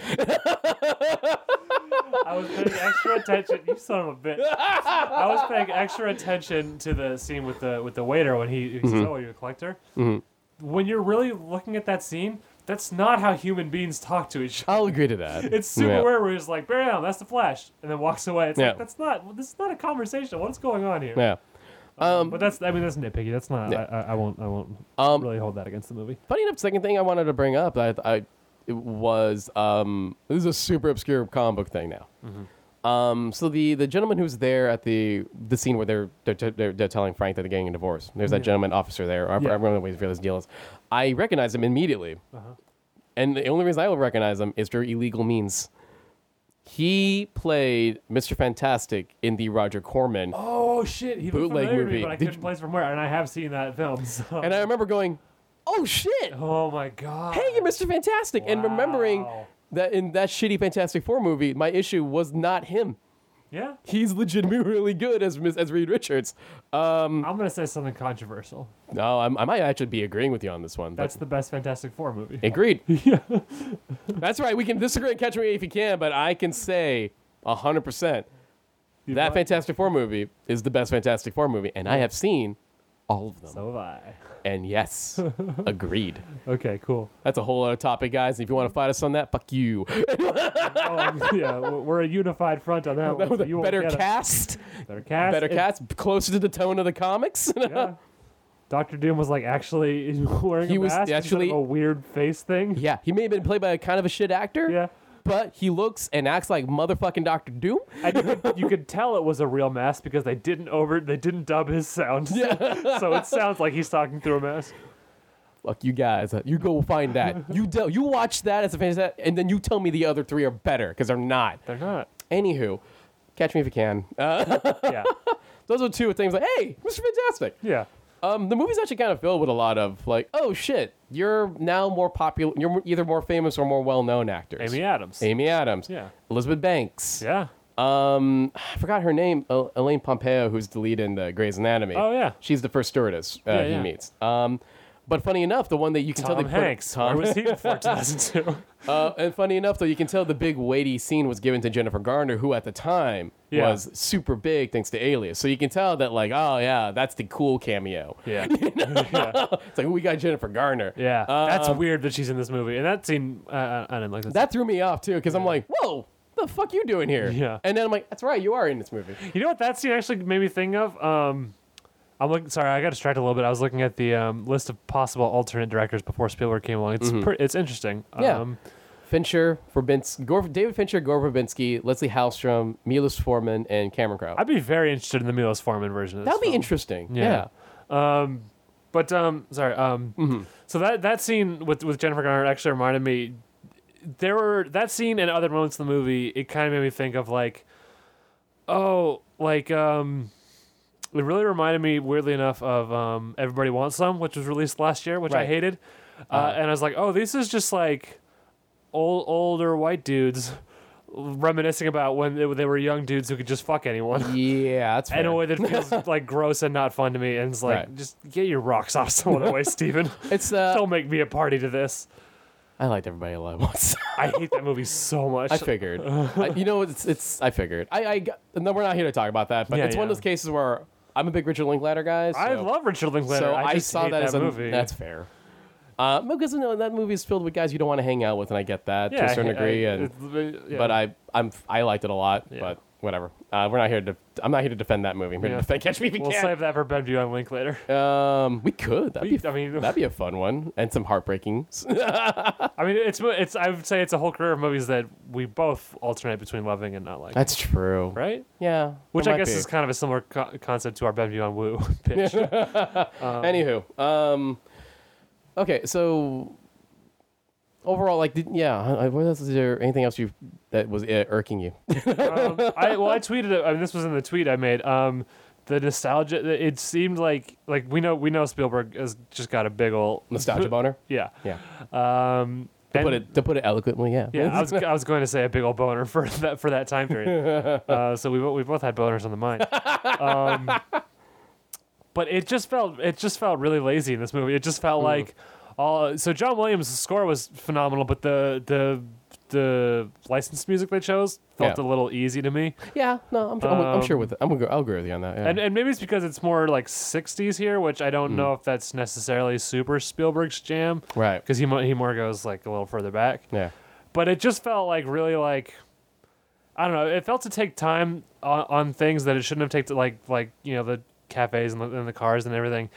A: I was paying extra attention. You son of a bitch! I was paying extra attention to the scene with the with the waiter when he, he says, "Oh, are you a collector?" When you're really looking at that scene, that's not how human beings talk to each other.
B: I'll agree to that.
A: It's super
B: Yeah.
A: rare where he's like, "Barry Allen, that's the Flash," and then walks away. It's
B: Yeah.
A: like that's not. This is not a conversation. What's going on here?
B: Yeah. Um,
A: But that's. I mean, that's nitpicky. That's not.
B: Yeah.
A: I, I, I won't. I won't
B: Um,
A: really hold that against the movie.
B: Funny enough, second thing I wanted to bring up that I it was um, this is a super obscure comic book thing now.
A: Mm-hmm.
B: Um, so the the gentleman who's there at the the scene where they're they're, they're, they're telling Frank that they're getting a divorce. There's that gentleman officer there. I
A: Yeah. Uh-huh.
B: Everyone always realized deal is. I recognize him immediately, and the only reason I will recognize him is through illegal means. He played Mr. Fantastic in the Roger Corman,
A: Oh shit! He
B: Bootleg
A: looked familiar to
B: movie.
A: me, but I
B: Did
A: couldn't place from where, and I have seen that film. So.
B: and I remember going, "Oh shit!"
A: oh my god!
B: hey, you're Mr. Fantastic. And remembering
A: Wow.
B: that in that shitty Fantastic Four movie, my issue was not him.
A: yeah,
B: He's legitimately really good as Miss- as Reed Richards. Um,
A: I'm gonna say something controversial.
B: no, I'm, I might actually be agreeing with you on this one. but-
A: That's the best Fantastic Four movie.
B: agreed. That's right. We can disagree and catch me if you can, but I can say hundred percent that
A: might.
B: Fantastic Four movie is the best Fantastic Four movie, and I have seen all of them.
A: So have I.
B: And yes, agreed.
A: Okay, cool.
B: That's a whole other topic, guys. If you want to fight us on that, fuck you.
A: Um, yeah, we're we're a unified front on that. one. so you won't
B: Better
A: get it.
B: cast.
A: Better cast.
B: Better
A: It-
B: Cats, closer to the tone of the comics.
A: yeah. Doctor Doom was like actually wearing
B: He
A: a
B: was
A: mask instead of
B: actually-
A: a weird face thing.
B: yeah, he may have been played by a kind of a shit actor,
A: Yeah.
B: but he looks and acts like motherfucking Doctor Doom.
A: And you could, you could tell it was a real mask because they didn't over they didn't dub his sound. Yeah. so it sounds like he's talking through a mask.
B: Fuck you guys. Uh, You go find that. you del- you watch that as a fan, and then you tell me the other three are better because they're not.
A: They're not.
B: Anywho, catch me if you can. Uh,
A: Yeah.
B: those are two things like, hey, Mr. Fantastic.
A: Yeah.
B: Um, the movie's actually kind of filled with a lot of like, oh shit, you're now more popular. You're either more famous or more well known actors.
A: Amy Adams.
B: Amy Adams.
A: Yeah.
B: Elizabeth Banks.
A: Yeah.
B: Um, I forgot her name. El- Elaine Pompeo, who's the lead in the Grey's Anatomy.
A: Oh, yeah.
B: She's the first stewardess uh,
A: Yeah,
B: he
A: yeah.
B: meets. Um, but funny enough, the one that you can tell
A: Tom
B: they
A: Hanks.
B: put Tom.
A: Where was he before 2002?
B: uh, and funny enough, though, you can tell the big weighty scene was given to Jennifer Garner, who at the time
A: Yeah.
B: was super big thanks to Alias. So you can tell that, like, oh yeah, that's the cool cameo.
A: yeah.
B: it's like we got Jennifer Garner.
A: Yeah.
B: Uh,
A: That's weird that she's in this movie. And that scene, uh, I I didn't like that.
B: that threw me off too because I'm like, whoa, the fuck you doing here?
A: Yeah.
B: And then I'm like, that's right, you are in this movie.
A: You know what that scene actually made me think of? Um, I'm looking. Sorry, I got distracted a little bit. I was looking at the um, list of possible alternate directors before Spielberg came along. It's pre- it's interesting.
B: Mm-hmm. Yeah.
A: Um,
B: Fincher, Verbinski, Gore, David Fincher, Gore Verbinski, Leslie Hallstrom, Milos Forman, and Cameron Crowe.
A: I'd be very interested in the Milos Forman version. Of this
B: That'll be
A: film.
B: interesting. Yeah.
A: Yeah. But um, sorry. Um, so that that scene with with Jennifer Garner actually reminded me. There were that scene and other moments in the movie. It kind of made me think of like, oh, like um, it really reminded me weirdly enough of um, Everybody Wants Some, which was released last year, which I
B: Right.
A: hated. Uh, and I was like, oh, this is just like old older white dudes reminiscing about when they, they were young dudes who could just fuck anyone
B: Yeah, that's fair.
A: in a way that feels like gross and not fun to me. And it's like,
B: Right.
A: just get your rocks off someone away, Steven.
B: it's uh,
A: Don't make me a party to this.
B: I liked everybody all at once.
A: I hate that movie so much.
B: I figured. I, you know, it's it's. I figured. I, I got- no, we're not here to talk about that, but
A: Yeah,
B: it's one of
A: yeah.
B: those cases where I'm a big Richard Linklater guy. So,
A: I love Richard Linklater.
B: So
A: I,
B: I,
A: just
B: saw
A: hate
B: that, as a
A: movie.
B: That's fair. Uh, because you know, that movie is filled with guys you don't want to hang out with, and I get that
A: yeah,
B: to a
A: I
B: certain
A: hate- I-
B: degree. and
A: it's- yeah.
B: but I I'm I liked it a lot.
A: Yeah.
B: But whatever. Uh, we're not here to. I'm not here to defend that movie. I'm here
A: Yeah.
B: to defend Catch Me If You
A: we'll
B: Can.
A: save that for Benview on Linklater.
B: um, we could. That'd
A: We-
B: be.
A: I mean,
B: That'd be a fun one and some heartbreaking.
A: I mean, it's it's. I would say it's a whole career of movies that we both alternate between loving and not liking,
B: That's true.
A: right?
B: Yeah.
A: Which
B: it
A: I
B: might
A: guess
B: be.
A: is kind of a similar co- concept to our Benview on Woo pitch.
B: Anywho, um, okay, so overall, like, did, yeah, I- what else is there? Anything else you that was uh, irking you?
A: um, I well, I tweeted. it- I mean, this was in the tweet I made. Um, the nostalgia. the- It seemed like like we know we know Spielberg has just got a big old
B: Nostalgia boner.
A: Yeah.
B: Yeah.
A: Um.
B: To put
A: and-
B: it to put it eloquently, yeah.
A: Yeah, I was, I was going to say a big old boner for that for that time period. Uh, so we bo- we both had boners on the mind. Um, but it just felt it just felt really lazy in this movie. It just
B: Hmm.
A: felt like all so John Williams' score was phenomenal, but the the the licensed music they chose felt
B: Yeah.
A: a little easy to me.
B: Yeah, No, I'm, I'm, I'm sure
A: Um,
B: with it. I'm gonna go. I'll agree with you on that. Yeah.
A: And, and maybe it's because it's more like 60s here, which I don't know if that's necessarily super Spielberg's jam.
B: right.
A: Because he, mo- he more goes like a little further back.
B: Yeah.
A: But it just felt like really like, I don't know, it felt to take time on, on things that it shouldn't have taken, like, like you know, the cafes and the, and the cars and everything.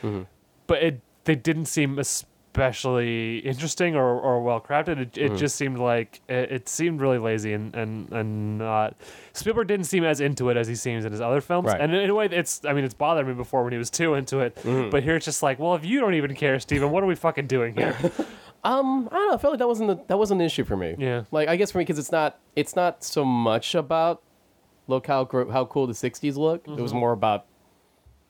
A: But it they didn't seem especially interesting or, or well crafted. It, it just seemed like, it, it seemed really lazy and, and, and not. Spielberg didn't seem as into it as he seems in his other films.
B: Right.
A: And in a way, it's I mean, it's bothered me before when he was too into it. But here it's just like, well, if you don't even care, Steven, what are we fucking doing here?
B: Um, I don't know. I felt like that wasn't the, that wasn't an issue for me.
A: Yeah.
B: Like I guess for me because it's not it's not so much about look how gro- how cool the '60s looked. It
A: Mm-hmm.
B: was more about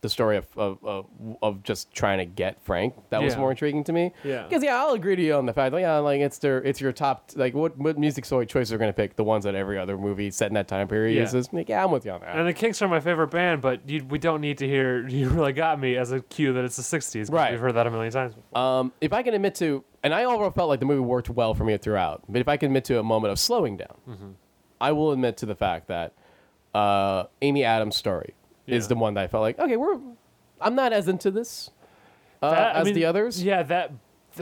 B: the story of of, of of just trying to get Frank. That was
A: Yeah.
B: more intriguing to me.
A: Yeah.
B: Because yeah, I'll agree to you on the fact. Like, yeah, like it's their it's your top like what what music soi- choices are gonna pick the ones that every other movie set in that time period
A: Yeah.
B: uses. Like, yeah, I'm with you on that.
A: and the Kinks are my favorite band, but you, we don't need to hear "You Really Got Me" as a cue that it's the '60s. 'cause
B: Right.
A: We've heard that a million times. Before.
B: Um, if I can admit to, and I overall felt like the movie worked well for me throughout, but if I can admit to a moment of slowing down,
A: Mm-hmm.
B: I will admit to the fact that uh, Amy Adams' story is
A: Yeah.
B: the one that I felt like, okay, we're, I'm not as into this uh,
A: That- I
B: as
A: mean,
B: the others.
A: Yeah, that.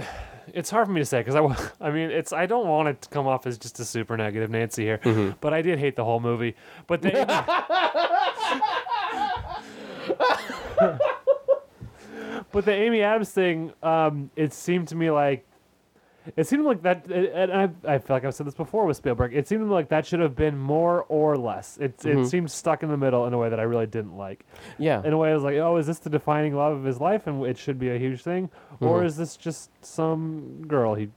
A: It's hard for me to say because I, wa- I mean, it's I don't want it to come off as just a super negative Nancy here,
B: Mm-hmm.
A: but I did hate the whole movie. But the Amy- but the Amy Adams thing, um, it seemed to me like it seemed like that, and I, I feel like I've said this before with Spielberg. It seemed like that should have been more or less. It it
B: Mm-hmm.
A: seemed stuck in the middle in a way that I really didn't like
B: Yeah.
A: in a way, I was like, oh, is this the defining love of his life, and it should be a huge thing, or
B: Mm-hmm.
A: is this just some girl he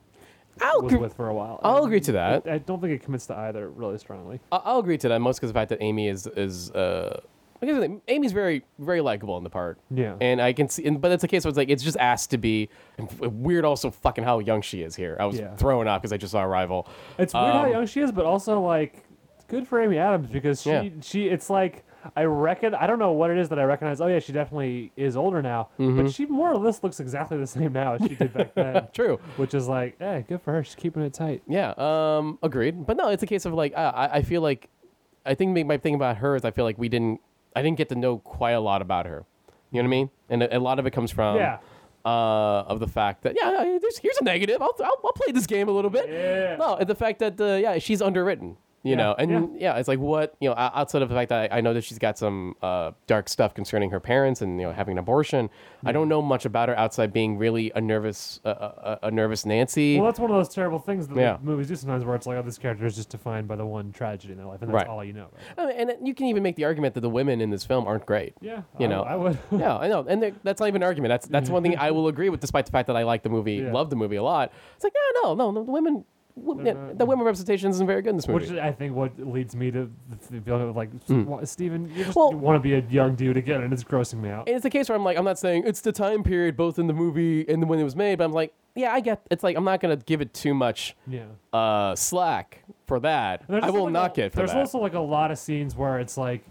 B: I'll,
A: was
B: gr-
A: with for a while?
B: I'll
A: And
B: agree to that.
A: I don't think it commits to either really strongly.
B: I- I'll agree to that, most because of the fact that Amy is, is uh, Like I said, Amy's very very likable in the part.
A: Yeah.
B: And I can see, and, but it's a case where it's like it's just asked to be and f- weird. Also, fucking how young she is here. I was
A: Yeah.
B: thrown off because I just saw Arrival.
A: It's weird how
B: Um,
A: young she is, but also like good for Amy Adams because she
B: Yeah.
A: she it's like I reckon I don't know what it is that I recognize. Oh yeah, she definitely is older now,
B: Mm-hmm.
A: but she more or less looks exactly the same now as she did back then.
B: True.
A: Which is like, eh, good for her. She's keeping it tight.
B: Yeah. Um. Agreed. But no, it's a case of like I I- I feel like I think my- my thing about her is I feel like we didn't I didn't get to know quite a lot about her. You know what I mean? And a, a lot of it comes from
A: Yeah.
B: uh, of the fact that yeah, yeah, there's, here's a negative. I'll, I'll I'll play this game a little bit.
A: Yeah.
B: No, and the fact that uh, yeah, she's underwritten. You
A: Yeah,
B: know, and
A: yeah.
B: yeah, it's like what you know. o- Outside of the fact that I, I know that she's got some uh, dark stuff concerning her parents and you know having an abortion,
A: Hmm.
B: I don't know much about her outside being really a nervous, uh, uh, a nervous Nancy.
A: Well, that's one of those terrible things that
B: Yeah.
A: the movies do sometimes, where it's like, oh, this character is just defined by the one tragedy in their life, and that's
B: Right.
A: all you know. Right?
B: I mean, Oh, and it- you can even make the argument that the women in this film aren't great.
A: Yeah,
B: You
A: I-
B: know.
A: I would.
B: yeah, I know, and there- that's not even an argument. That's that's one thing I will agree with, despite the fact that I like the movie,
A: Yeah.
B: love the movie a lot. It's like no, no, no, the women, women
A: They're not-
B: the women representation isn't very good in this movie.
A: Which is, I think what leads me to the feeling of like,
B: Hmm.
A: "Wha- Steven, you just
B: Well-
A: want to be a young dude again, and it's grossing me out.
B: and it's a case where I'm like, I'm not saying it's the time period both in the movie and when it was made, but I'm like, yeah, I get. It's like I'm not gonna give it too much
A: yeah.
B: uh, slack for that.
A: And there's
B: I
A: also,
B: will
A: like,
B: not
A: a-
B: get for
A: There's
B: that.
A: also like a lot of scenes where it's like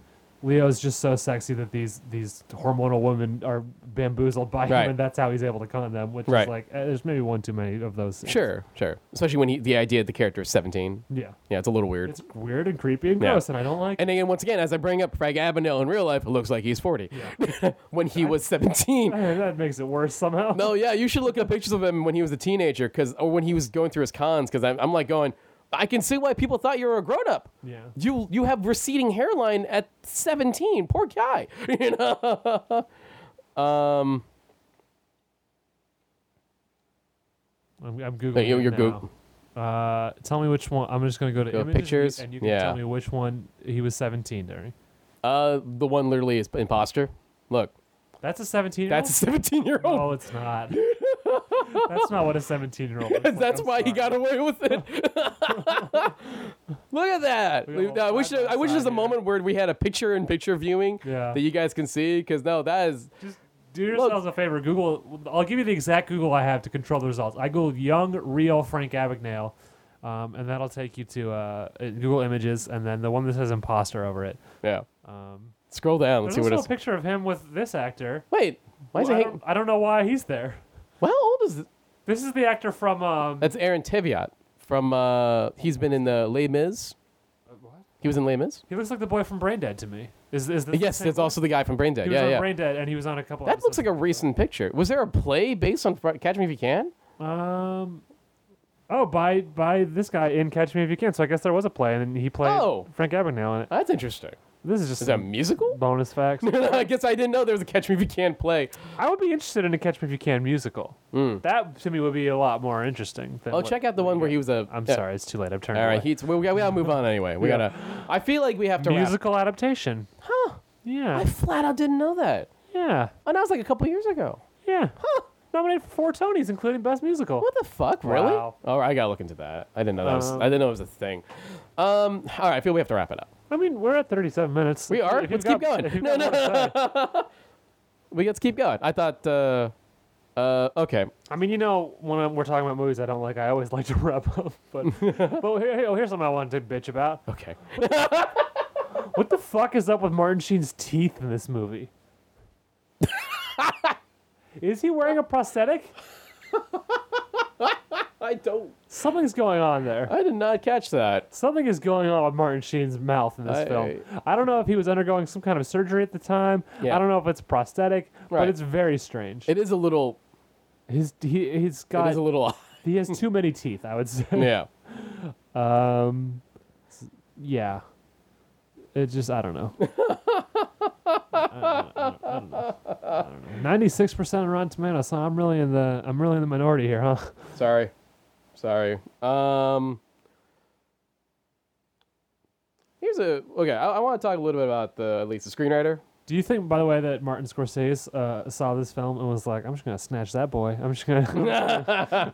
A: Leo's just so sexy that these these hormonal women are bamboozled by
B: Right.
A: him, and that's how he's able to con them. Which
B: Right.
A: is like eh, there's maybe one too many of those. Scenes.
B: sure, sure. Especially when he, the idea of the character is 17.
A: Yeah.
B: Yeah, it's a little weird.
A: It's weird and creepy and
B: Yeah.
A: gross, and I don't like.
B: And again, once again, as I bring up Frank Abagnale in real life, it looks like he's 40. when he was 17.
A: Eh, that makes it worse somehow.
B: No, yeah, you should look up pictures of him when he was a teenager, because or when he was going through his cons, because I'm, I'm like going, I can see why people thought you were a grown up.
A: Yeah.
B: You you have receding hairline at 17. Poor guy. You know. um.
A: I'm, I'm googling.
B: you-
A: it
B: you're
A: now.
B: Goog-
A: Uh, tell me which one. I'm just gonna go to
B: Go
A: images,
B: pictures?
A: and you can
B: Yeah.
A: tell me which one he was 17 during.
B: Uh, the one literally is imposter. Look,
A: That's a 17.
B: that's a Oh. 17 year old.
A: No, it's not. that's not what a 17 year old.
B: That's why he got away with it. Look at that!
A: We got a
B: I
A: little
B: wish
A: side by
B: I wish there was a
A: side
B: moment where we had a picture-in-picture viewing
A: Yeah.
B: that you guys can see. Because no, that is
A: Just do yourselves a favor. Google. I'll give you the exact Google I have to control the results. I googled young real Frank Abagnale, um, and that'll take you to uh, uh, Google Images, and then the one that says imposter over it.
B: yeah.
A: Um,
B: Scroll down. Let's
A: there's
B: see what
A: also
B: it's.
A: a picture of him with this actor.
B: Wait, why is
A: who
B: it?
A: I,
B: Hang-
A: don't, I don't know why he's there.
B: well, how old is it?
A: This is the actor from. Um,
B: That's Aaron Teviot from. Uh, he's been in the Les Mis.
A: Uh,
B: He was in Les Mis.
A: he looks like the boy from Braindead to me. Is is this the
B: Yes,
A: same
B: that's
A: one?
B: also the guy from Braindead.
A: He was
B: yeah,
A: on
B: yeah.
A: Braindead, and he was on a couple.
B: that looks like a
A: episodes.
B: recent picture. Was there a play based on Fr- Catch Me If You Can?
A: Um, oh, by by this guy in Catch Me If You Can. So I guess there was a play, and he played
B: Oh.
A: Frank Abagnale in it.
B: That's interesting.
A: This is just
B: Is that a
A: some
B: musical?
A: bonus facts.
B: I guess I didn't know there was a Catch Me If You Can play.
A: I would be interested in a Catch Me If You Can musical. That to me would be a lot more interesting. Than
B: Hmm. Oh,
A: what-
B: check out the one where he was a.
A: I'm
B: yeah.
A: sorry, it's too late. I'm turning.
B: All right,
A: away.
B: he's, we, we, gotta, we gotta move on anyway. We
A: Yeah.
B: gotta. I feel like we have to. Wrap.
A: musical adaptation. Huh?
B: I
A: Yeah,
B: flat out didn't know that.
A: yeah,
B: And that was like a couple years ago.
A: yeah. Huh? Nominated for four Tonys, including Best Musical.
B: What the fuck? Really?
A: Wow.
B: All right, I gotta look into that. I didn't know that was.
A: Um,
B: I didn't know it was a thing. Um. All right, I feel we have to wrap it up.
A: I mean, we're at 37 minutes.
B: We are?
A: If
B: Let's
A: you've
B: keep
A: got-
B: going.
A: if you've
B: No,
A: got more to say.
B: We let's keep going. I thought. Uh. Uh. Okay.
A: I mean, you know, when I'm, we're talking about movies I don't like, I always like to wrap up. But, but here, here- here's something I wanted to bitch about.
B: Okay.
A: What the fuck is up with Martin Sheen's teeth in this movie? is he wearing a prosthetic?
B: I don't.
A: Something's going on there.
B: I did not catch that.
A: Something is going on with Martin Sheen's mouth in this
B: I-
A: film. I don't know if he was undergoing some kind of surgery at the time.
B: Yeah.
A: I don't know if it's prosthetic,
B: Right.
A: but it's very strange.
B: It is a little.
A: his he, he's got
B: It is a little.
A: he has too many teeth. I would say.
B: yeah.
A: Um, s- yeah. It just I don't know. Ninety-six percent on Rotten Tomatoes. So I'm really in the I'm really in the minority here, huh?
B: Sorry. Sorry. Um Here's a okay, I, I want to talk a little bit about the at least the screenwriter
A: Do you think, by the way, that Martin Scorsese uh, saw this film and was like, "I'm just gonna snatch that boy. I'm just gonna,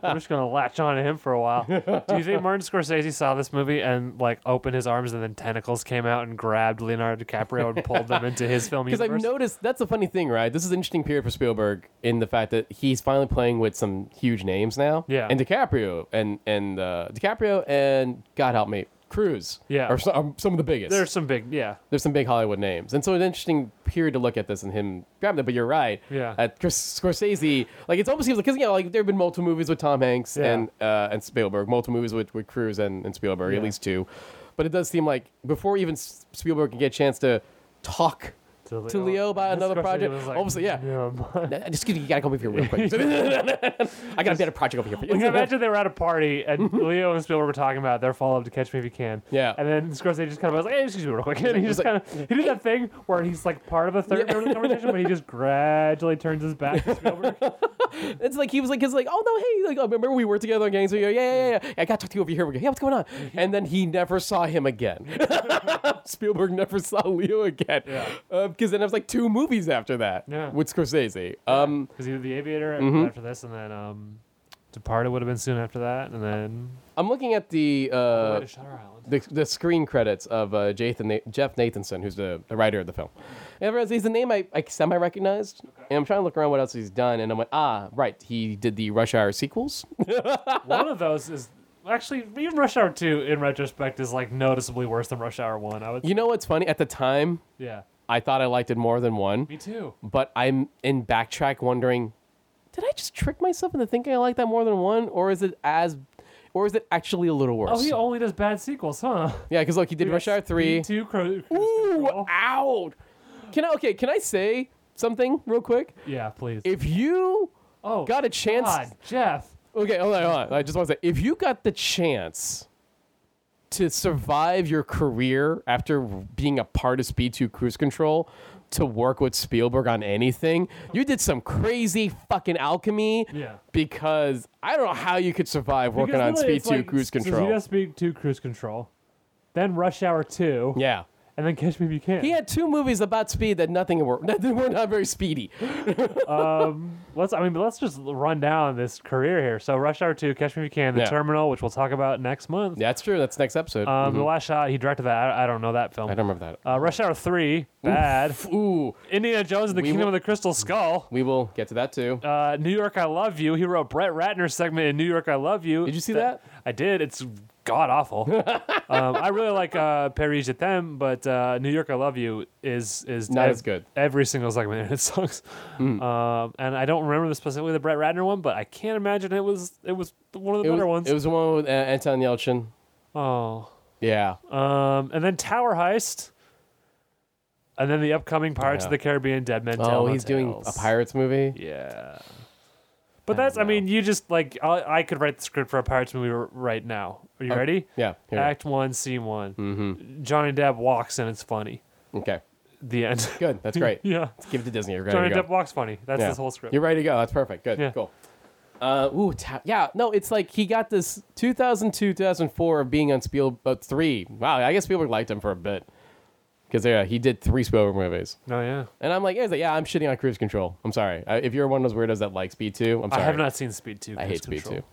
A: I'm just gonna latch on to him for a while." Do you think Martin Scorsese saw this movie and like opened his arms and then tentacles came out and grabbed Leonardo DiCaprio and pulled them into his film
B: Because I've
A: universe?
B: noticed that's a funny thing, right? This is an interesting period for Spielberg in the fact that he's finally playing with some huge names now.
A: Yeah.
B: And DiCaprio and and uh, DiCaprio and God help me, Cruz.
A: Yeah.
B: Are some, are some of the biggest.
A: There's some big, yeah,
B: there's some big Hollywood names, and so an interesting period to look at this and him grabbing it. But you're right.
A: Yeah.
B: At Chris Scorsese, like it's almost seems like because you know like there have been multiple movies with Tom Hanks
A: Yeah.
B: and uh, and Spielberg, multiple movies with with Cruz and, and Spielberg,
A: Yeah.
B: at least two. But it does seem like before even S- Spielberg can get a chance to talk
A: to Leo,
B: to Leo about
A: And
B: another
A: Scorsese
B: project.
A: was like,
B: Obviously, yeah.
A: "Yum."
B: Nah, Just kidding, you gotta come over here real quick. I got a better project over here for
A: Like,
B: you.
A: imagine they were at a party and Leo and Spielberg were talking about their follow up to Catch Me If You Can.
B: Yeah.
A: And then Scorsese just kind of was like, hey, excuse me, real quick. And he
B: He's
A: just kind
B: like-
A: of he did that thing where he's like part of a third member of the conversation, but he just gradually turns his back to Spielberg.
B: It's like he was like, he's like, oh no, hey, like, oh, remember we were together on Gangs? We go, yeah, yeah, yeah, yeah. I got to talk to you over here. We go, yeah, what's going on?
A: Mm-hmm.
B: And then he never saw him again. Spielberg never saw Leo again.
A: Yeah.
B: Because then it was like two movies after that
A: Yeah.
B: with Scorsese. Um,
A: Because he did The Aviator
B: Mm-hmm.
A: after this, and then um, Departed would have been soon after that, and then
B: I'm looking at the
A: Way
B: uh,
A: to Shutter Island.
B: the, the screen credits of uh, Jathan, Na- Jeff Nathanson, who's the, the writer of the film. And I realized he's the name I, I semi recognized. And I'm trying to look around what else he's done. And I'm like, ah, right. He did the Rush Hour sequels.
A: One of those is actually even Rush Hour Two in retrospect is like noticeably worse than Rush Hour One. I would
B: you know what's funny? At the time,
A: yeah.
B: I thought I liked it more than one.
A: Me too.
B: But I'm in backtrack wondering, did I just trick myself into thinking I like that more than one? Or is it as. Or is it actually a little worse?
A: Oh, he only does bad sequels, huh?
B: yeah, because look, he did Rush Hour 3.
A: Two Cru- Cruise
B: Ooh,
A: Control.
B: out! Can I, okay, can I say something real quick?
A: Yeah, please.
B: If you
A: oh,
B: got a chance.
A: God, Jeff.
B: Okay, hold on, hold on. I just want to say, if you got the chance to survive your career after being a part of Speed 2 Cruise Control to work with Spielberg on anything, you did some crazy fucking alchemy.
A: Yeah.
B: Because I don't know how you could survive working
A: Because
B: on
A: literally
B: Speed
A: it's
B: 2
A: like-
B: Cruise
A: so
B: Control.
A: He does Speed 2 Cruise Control, then Rush Hour 2,
B: yeah.
A: and then Catch Me If You Can.
B: He had two movies about speed that nothing were that were not very speedy.
A: Let's, I mean, but let's just run down this career here. So Rush Hour 2, Catch Me If You Can, The
B: Yeah.
A: Terminal, which we'll talk about next month.
B: That's true. That's next episode.
A: Um, The Last Shot, he directed that. I, I don't know that film.
B: Mm-hmm. I don't remember that.
A: Uh, Rush Hour 3, bad.
B: Ooh,
A: Indiana Jones and the
B: We
A: Kingdom
B: will-
A: of the Crystal Skull.
B: we will get to that too.
A: Uh, New York, I Love You. He wrote Brett Ratner's segment in New York, I Love You.
B: Did you see that?
A: I did. It's god awful. um, I really like uh, Paris Je t'aime, but uh, New York, I Love You is is
B: Not as good. Hmm.
A: Every single segment in it sucks. Um, and I don't remember the specifically the Brett Ratner one, but I can't imagine it was it was one of the
B: it was,
A: better ones.
B: It was the one with uh, Anton Yelchin.
A: oh,
B: Yeah.
A: um, and then Tower Heist. And then the upcoming Pirates
B: Yeah.
A: of the Caribbean Dead Men Tell
B: Oh,
A: No
B: he's doing a
A: Tales.
B: pirates movie.
A: Yeah. But
B: I don't
A: that's, I
B: know.
A: mean, you just like, I, I could write the script for a Pirates movie r- right now. Are you ready?
B: Oh, Yeah. Here.
A: Act one, scene one. Mm-hmm. Johnny Depp walks and it's funny.
B: okay.
A: The end.
B: Good. That's great.
A: yeah.
B: Let's give it to Disney. You're ready
A: Johnny
B: to go.
A: Depp walks funny. That's
B: Yeah.
A: his whole script.
B: You're ready to go. That's perfect. Good.
A: Yeah.
B: Cool. Uh, ooh, ta- yeah, no, it's like he got this 2002, 2004 of being on Spielberg uh, three. Wow, I guess Spielberg liked him for a bit because yeah, he did three Spielberg movies,
A: No, yeah.
B: and I'm like, yeah, he's like, yeah, I'm shitting on Cruise Control. I'm sorry. I, if you're one of those weirdos that like Speed Two, I'm sorry.
A: I have not seen Speed 2.
B: I hate Speed
A: Cruise
B: Two.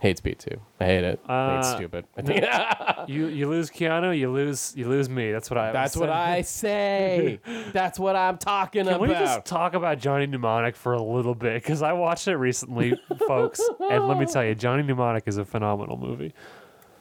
B: Hate Speed Two. I hate it. I think it's
A: Uh,
B: stupid. I think
A: Control. You, you lose Keanu, you lose you lose me. That's what I
B: That's
A: always
B: what
A: say.
B: I say. That's what I'm talking
A: Can we just
B: about.
A: talk about Johnny Mnemonic for a little bit? Because I watched it recently, folks, and let me tell you, Johnny Mnemonic is a phenomenal movie.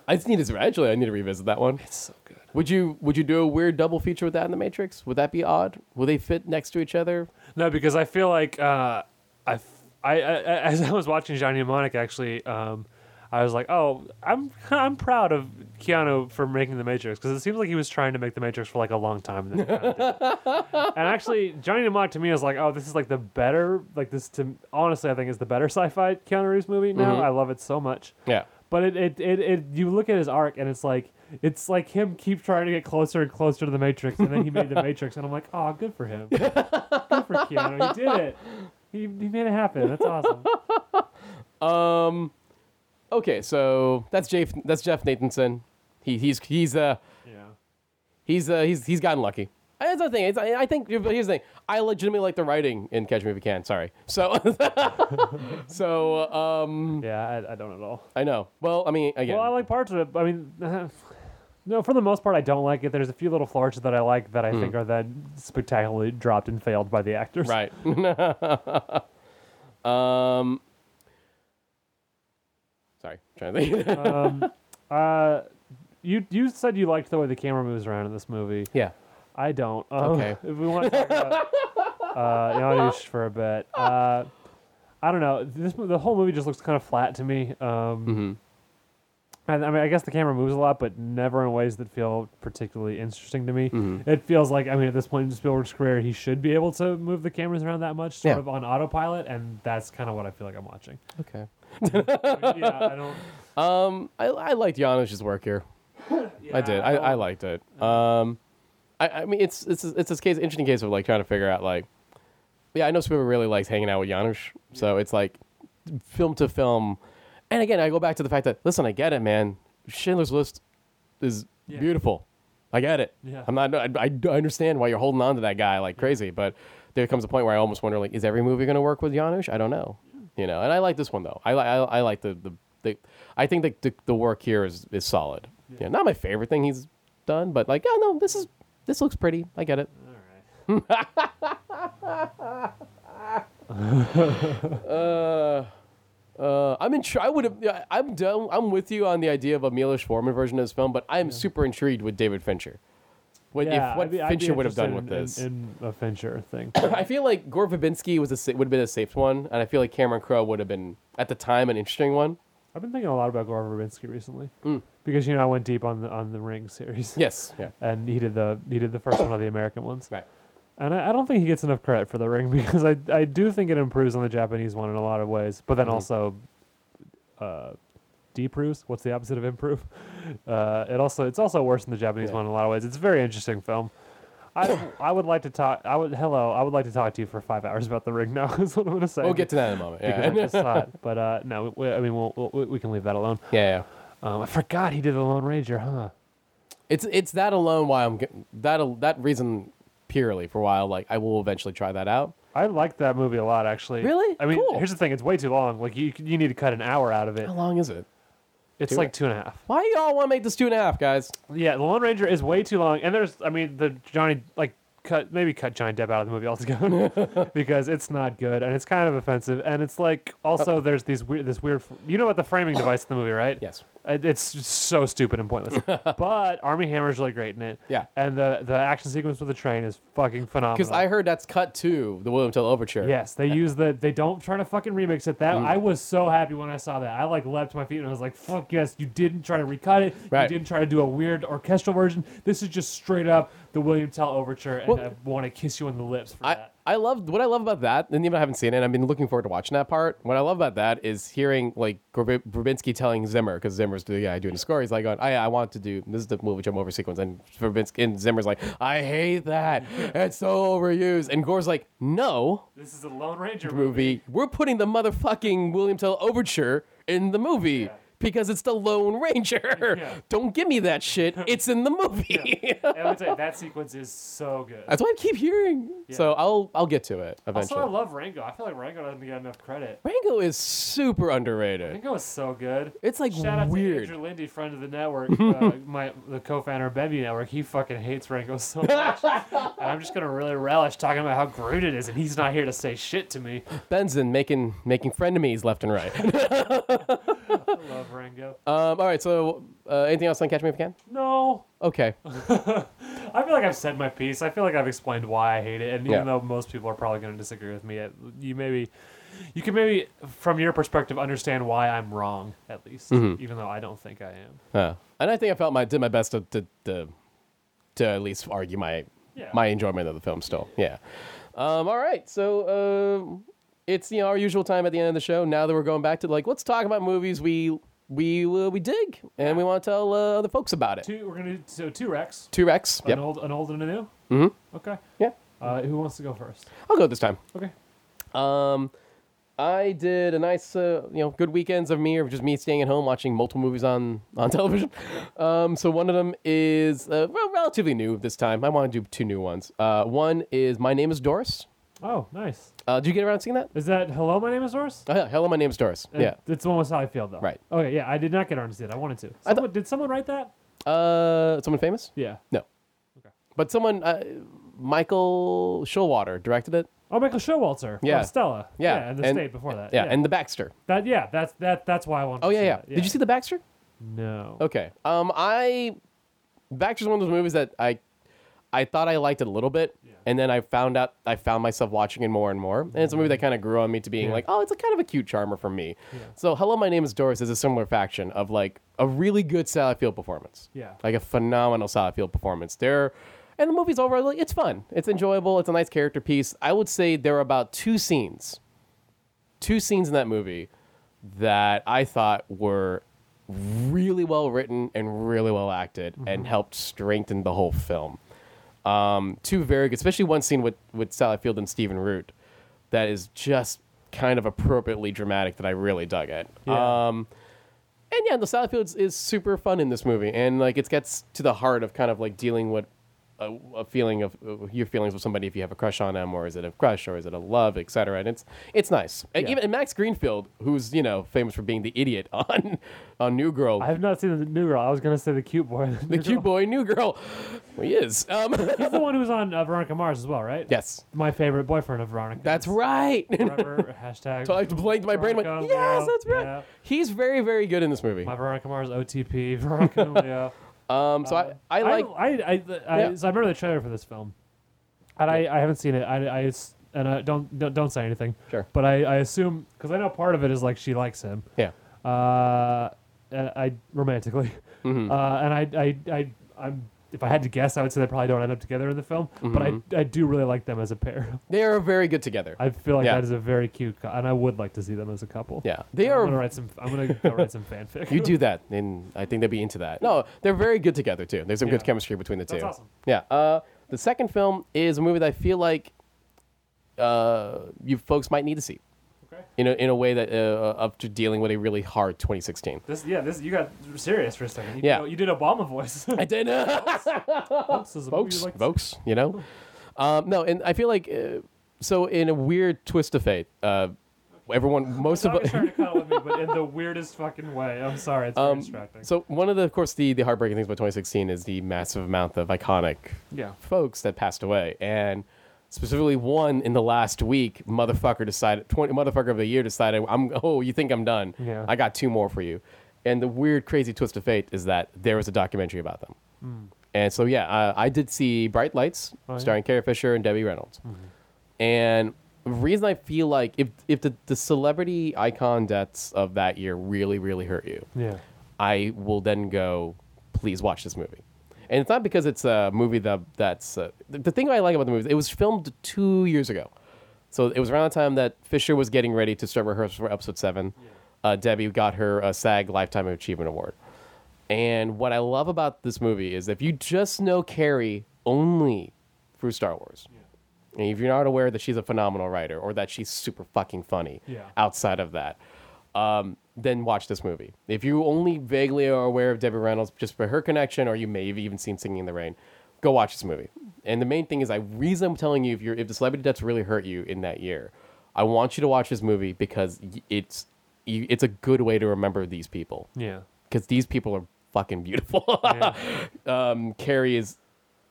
B: I just need to actually. I need to revisit that one.
A: It's so good.
B: Would you Would you do a weird double feature with that in the Matrix? Would that be odd? Will they fit next to each other?
A: No, because I feel like uh, I, f- I- I- I- as I was watching Johnny Mnemonic, actually, um, I was like, oh, I'm I'm proud of Keanu for making The Matrix because it seems like he was trying to make The Matrix for like a long time. And, then he kinda didn't. and actually, Johnny Mnemonic to me is like, oh, this is like the better, like this to honestly, I think is the better sci-fi Keanu Reeves movie now. I love it so much.
B: Yeah.
A: But it, it, it, it you look at his arc and it's like it's like him keep trying to get closer and closer to the Matrix and then he made the Matrix and I'm like, oh good for him. good for Keanu. He did it. He, he made it happen. That's awesome.
B: Okay. So that's Jeff. That's Jeff Nathanson. He, he's he's uh
A: Yeah.
B: he's uh he's he's gotten lucky. That's the thing. It's, I I think here's the thing. I legitimately like the writing in Catch Me If You Can. Sorry. So, so um,
A: Yeah, I, I don't at all.
B: I know. Well, I mean, again,
A: Well, I like parts of it. but I mean, no, for the most part, I don't like it. There's a few little flourishes that I like that I think are then spectacularly dropped and failed by the actors.
B: right. um, sorry, trying to think.
A: Uh, you you said you liked the way the camera moves around in this movie.
B: yeah.
A: I don't. Um,
B: Okay.
A: If we want to talk about uh, Janusz for a bit, uh, I don't know. This mo- the whole movie just looks kind of flat to me. Um,
B: Mm-hmm.
A: and, I mean, I guess the camera moves a lot, but never in ways that feel particularly interesting to me.
B: Mm-hmm.
A: It feels like, I mean, at this point in Spielberg's career, he should be able to move the cameras around that much, sort
B: Yeah.
A: of on autopilot, and that's kind of what I feel like I'm watching.
B: Okay.
A: I mean, yeah, I don't.
B: Um, I, I liked Janusz's work here. I did. I, I liked it. Um, I, I mean, it's it's it's this case interesting case of like trying to figure out like, yeah, I know Spielberg really likes hanging out with Janusz, so it's like film to film, and again, I go back to the fact that listen, I get it, man. Schindler's List is
A: Yeah.
B: beautiful. I get it.
A: Yeah.
B: I'm not. I, I do understand why you're holding on to that guy like crazy, but there comes a point where I almost wonder like, is every movie going to work with Janusz? I don't know. You know, and I like this one though. I like I, I like the, the the I think the, the the work here is is solid. Yeah. not my favorite thing he's done, but like, oh no, this is this looks pretty. I get it.
A: All right.
B: Uh, uh, I'm intri- I would have. yeah, I'm done. I'm with you on the idea of a Milos Forman version of this film, but I'm super intrigued with David Fincher. What
A: Yeah,
B: if what
A: I'd be- I'd be
B: Fincher would have done with
A: interested in-
B: this?
A: in, in a Fincher thing.
B: I feel like Gore Verbinski was a sa- would have been a safe one, and I feel like Cameron Crowe would have been at the time an interesting one.
A: I've been thinking a lot about Gore Verbinski recently because you know I went deep on the on the Ring series.
B: Yes. Hmm. Yeah.
A: and he did the he did the first one of the American ones,
B: Right.
A: and I, I don't think he gets enough credit for the Ring because I I do think it improves on the Japanese one in a lot of ways, but then
B: Hmm.
A: also. Uh, deproves. What's the opposite of improve? Uh, it also it's also worse than the Japanese
B: Yeah.
A: one in a lot of ways. It's a very interesting film. I I would like to talk. I would hello. I would like to talk to you for five hours about the ring. Now is what I'm going to say.
B: We'll get to that in a moment.
A: because I
B: Yeah.
A: just saw it. But uh, no, we, I mean, we'll, we we can leave that alone.
B: yeah. Yeah.
A: Um, I forgot he did the Lone Ranger, huh?
B: It's it's that alone why I'm getting that al- that reason purely for why I'm like I will eventually try that out.
A: I liked that movie a lot, actually.
B: Really?
A: I mean,
B: Cool. Oh,
A: here's the thing: it's way too long. Like you, you need to cut an hour out of it.
B: How long is it?
A: It's
B: Two-
A: like two and a half.
B: Why y'all want to make this two and a half, guys?
A: Yeah, the Lone Ranger is way too long, and there's, I mean, the Johnny like cut maybe cut Johnny Depp out of the movie altogether because it's not good and it's kind of offensive, and it's like also there's these weird this weird you know about the framing device in the movie, right?
B: Yes.
A: It- It's just so stupid and pointless. but Army Hammer's really great in it.
B: Yeah.
A: And the the action sequence with the train is fucking phenomenal.
B: Because I heard that's cut to the William Tell Overture.
A: Yes, they use the. They don't try to fucking remix it.
B: Mm.
A: That I was so happy when I saw that. I like leapt to my feet and I was like, "Fuck yes! You didn't try to recut it.
B: Right.
A: You didn't try to do a weird orchestral version. This is just straight up the William Tell overture, and
B: Well-
A: I want to kiss you on the lips for
B: I,
A: that."
B: I love what I love about that, and even I haven't seen it. I've been looking forward to watching that part. What I love about that is hearing like Grub- Verbinski telling Zimmer because Zimmer's the guy doing the score. He's like, going, "I I want to do this is the movie jump over sequence," and Verbinski and Zimmer's like, "I hate that. It's so overused." And Gore's like, "No,
A: This is a Lone Ranger movie.
B: movie. We're putting the motherfucking William Tell overture in the movie because it's the Lone Ranger.
A: Yeah.
B: Don't give me that shit. It's in the movie.
A: And I would say that sequence is so good.
B: That's what I keep hearing. So I'll I'll get to it
A: Also,
B: eventually.
A: I love Rango. I feel like Rango doesn't get enough credit.
B: Rango is super underrated.
A: Rango is so good.
B: It's like
A: Shout out
B: weird.
A: to Andrew Lindy, friend of the network, uh, my the co-founder of Bevy Network. He fucking hates Rango so much, and I'm just gonna really relish talking about how great it is, and he's not here to say shit to me.
B: Benson making making frenemies left and right. um,
A: I love Rango.
B: all right. So uh, anything else on Catch Me If You Can?
A: No,
B: Okay.
A: I feel like I've said my piece. I feel like I've explained why I hate it, and
B: Yeah.
A: even though most people are probably gonna disagree with me, it- you maybe. You can maybe, from your perspective, understand why I'm wrong, at least,
B: Mm-hmm.
A: even though I don't think I am.
B: Uh, and I think I felt my did my best to to to, to at least argue my
A: Yeah.
B: my enjoyment of the film still. Yeah. Um, all right. So uh, it's you know our usual time at the end of the show. Now that we're going back to like let's talk about movies we we uh, we dig and we want to tell uh, other folks about it. Two,
A: Two, we're gonna do so two Rex,
B: Rex.
A: an
B: Yep.
A: old, an old and a new. Mm-hmm. Okay.
B: Yeah.
A: Uh, who wants to go first?
B: I'll go this time.
A: Okay.
B: Um, I did a nice, uh, you know, good weekends of me or just me staying at home watching multiple movies on on television. Um, so one of them is uh, well, relatively new this time. I want to do two new ones. Uh, one is My Name Is Doris.
A: Oh, nice.
B: Uh, did you get around to seeing that?
A: Is that Hello, My Name is Doris?
B: Oh, yeah, Hello, My Name Is Doris.
A: And
B: yeah.
A: It's the one with Sally Field, though.
B: Right.
A: Okay, yeah, I did not get around to see it. I wanted to.
B: I thought-
A: Someone- did someone write that?
B: Uh, someone famous?
A: Yeah.
B: No.
A: Okay.
B: But someone, uh, Michael Showalter directed it.
A: Oh, Michael Showalter.
B: Yeah.
A: Oh, Stella.
B: Yeah,
A: and The
B: and-
A: State before that.
B: Yeah, and The Baxter.
A: that, yeah, that's that. That's why I wanted.
B: Oh
A: to
B: yeah,
A: see
B: yeah.
A: that.
B: Did you see The Baxter?
A: No.
B: Okay. Um, I Baxter's one of those movies that I I thought I liked it a little bit, and then I found out I found myself watching it more and more, and it's a movie that kind of grew on me to being
A: Mm-hmm. Yeah.
B: like, oh, it's a kind of a cute charmer for me. So, Hello, My Name Is Doris is a similar faction of like a really good Sally Field performance.
A: Yeah.
B: Like a phenomenal Sally Field performance. There. And the movie's overall, like, it's fun. It's enjoyable. It's a nice character piece. I would say there are about two scenes two scenes in that movie that I thought were really well written and really well acted
A: Mm-hmm.
B: and helped strengthen the whole film. Um, two very good, especially one scene with, with Sally Field and Stephen Root that is just kind of appropriately dramatic that I really dug it.
A: Yeah.
B: Um, and yeah, the Sally Fields is super fun in this movie, and like it gets to the heart of kind of like dealing with a, a feeling of uh, your feelings with somebody if you have a crush on them, or is it a crush, or is it a love, etc. And it's it's nice. And
A: Yeah.
B: even and Max Greenfield, who's you know famous for being the idiot on on New Girl,
A: I have not seen the new girl. I was gonna say the cute boy.
B: the cute boy, New Girl, well, he is. Um,
A: He's the one who's on uh, Veronica Mars as well, right?
B: yes,
A: My favorite boyfriend of Veronica.
B: that's right.
A: Forever, hashtag.
B: So I blanked my brain. Went,
A: Veronica
B: yes,
A: Leo,
B: that's right.
A: yeah.
B: He's very, very good in this movie.
A: My Veronica Mars OTP. Veronica Leo.
B: Um, so I, I like.
A: I, I, I, I,
B: Yeah.
A: so I remember the trailer for this film, and I, I haven't seen it. I, I s- and I don't, don't don't say anything.
B: Sure.
A: But I, I assume because I know part of it is like she likes him,
B: yeah.
A: uh, and I romantically,
B: Mm-hmm.
A: uh, and I, I, I, I'm. If I had to guess, I would say they probably don't end up together in the film. But
B: Mm-hmm.
A: I, I do really like them as a pair.
B: They are very good together.
A: I feel like
B: Yeah.
A: that is a very cute, cou- and I would like to see them as a couple.
B: yeah. They
A: I'm
B: are
A: gonna write some. I'm gonna go write some fanfic.
B: You do that, and I think they'd be into that. No, they're very good together too. There's some
A: Yeah.
B: good chemistry between the
A: That's
B: two.
A: awesome.
B: Yeah. Uh, the second film is a movie that I feel like uh, you folks might need to see
A: Okay.
B: in a, in a way that uh, up to dealing with a really hard 2016.
A: This, yeah, this you got serious for a second. You,
B: Yeah.
A: you did Obama voice.
B: I did. uh,
A: folks, is a movie
B: folks,
A: like to
B: folks, you know. Um, no, and I feel like uh, so in a weird twist of fate, uh, everyone most
A: see.
B: of
A: Dog is trying to cuddle with me, but in the weirdest fucking way. I'm sorry, it's very distracting.
B: Um, so one of the of course the the heartbreaking things about 2016 is the massive amount of iconic
A: yeah,
B: folks that passed away, and specifically one in the last week, motherfucker decided, 20, motherfucker of the year decided, I'm oh, you think I'm done?
A: Yeah.
B: I got two more for you. And the weird, crazy twist of fate is that there was a documentary about them.
A: Hmm.
B: And so yeah, uh, I did see Bright Lights,
A: Oh, yeah. Mm-hmm.
B: starring Carrie Fisher and Debbie Reynolds. And the reason I feel like if if the, the celebrity icon deaths of that year really, really hurt you,
A: yeah,
B: I will then go, please watch this movie. And it's not because it's a movie that that's uh, the, the thing I like about the movie. It was filmed two years ago, so it was around the time that Fisher was getting ready to start rehearsal for episode seven. Uh, Debbie got her uh, SAG Lifetime Achievement Award. And what I love about this movie is if you just know Carrie only through Star Wars, and if you're not aware that she's a phenomenal writer or that she's super fucking funny
A: Yeah.
B: outside of that, um, then watch this movie. If you only vaguely are aware of Debbie Reynolds just for her connection, or you may have even seen Singing in the Rain, go watch this movie. And the main thing is, I reason I'm telling you if you're if the celebrity deaths really hurt you in that year, I want you to watch this movie because y- it's you, it's a good way to remember these people
A: yeah,
B: because these people are fucking beautiful.
A: Yeah.
B: um, Carrie is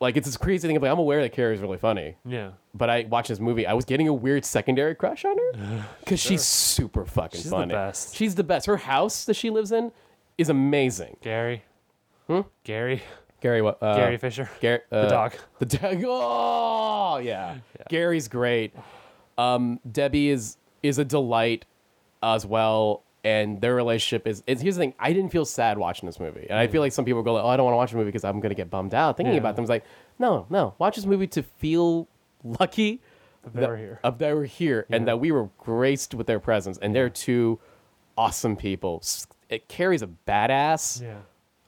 B: like it's this crazy thing. Like I'm aware that Carrie's really funny,
A: yeah.
B: but I watched this movie. I was getting a weird secondary crush on her because she's super fucking
A: She's the
B: funny.
A: best.
B: She's the best. Her house that she lives in is amazing.
A: Gary, Gary,
B: Gary, what? Uh,
A: Gary Fisher.
B: Gar- uh,
A: dog.
B: The dog. Oh yeah. Gary's great. Um, Debbie is is a delight as well, and their relationship is, is. Here's the thing: I didn't feel sad watching this movie, and I feel like some people go like, "Oh, I don't want to watch a movie because I'm gonna get bummed out thinking
A: Mm. Yeah.
B: about them." It's like, no, no, watch this movie to feel lucky
A: they were here.
B: of that we're here and that we were graced with their presence, and they're two awesome people. S- It carries a badass
A: Yeah,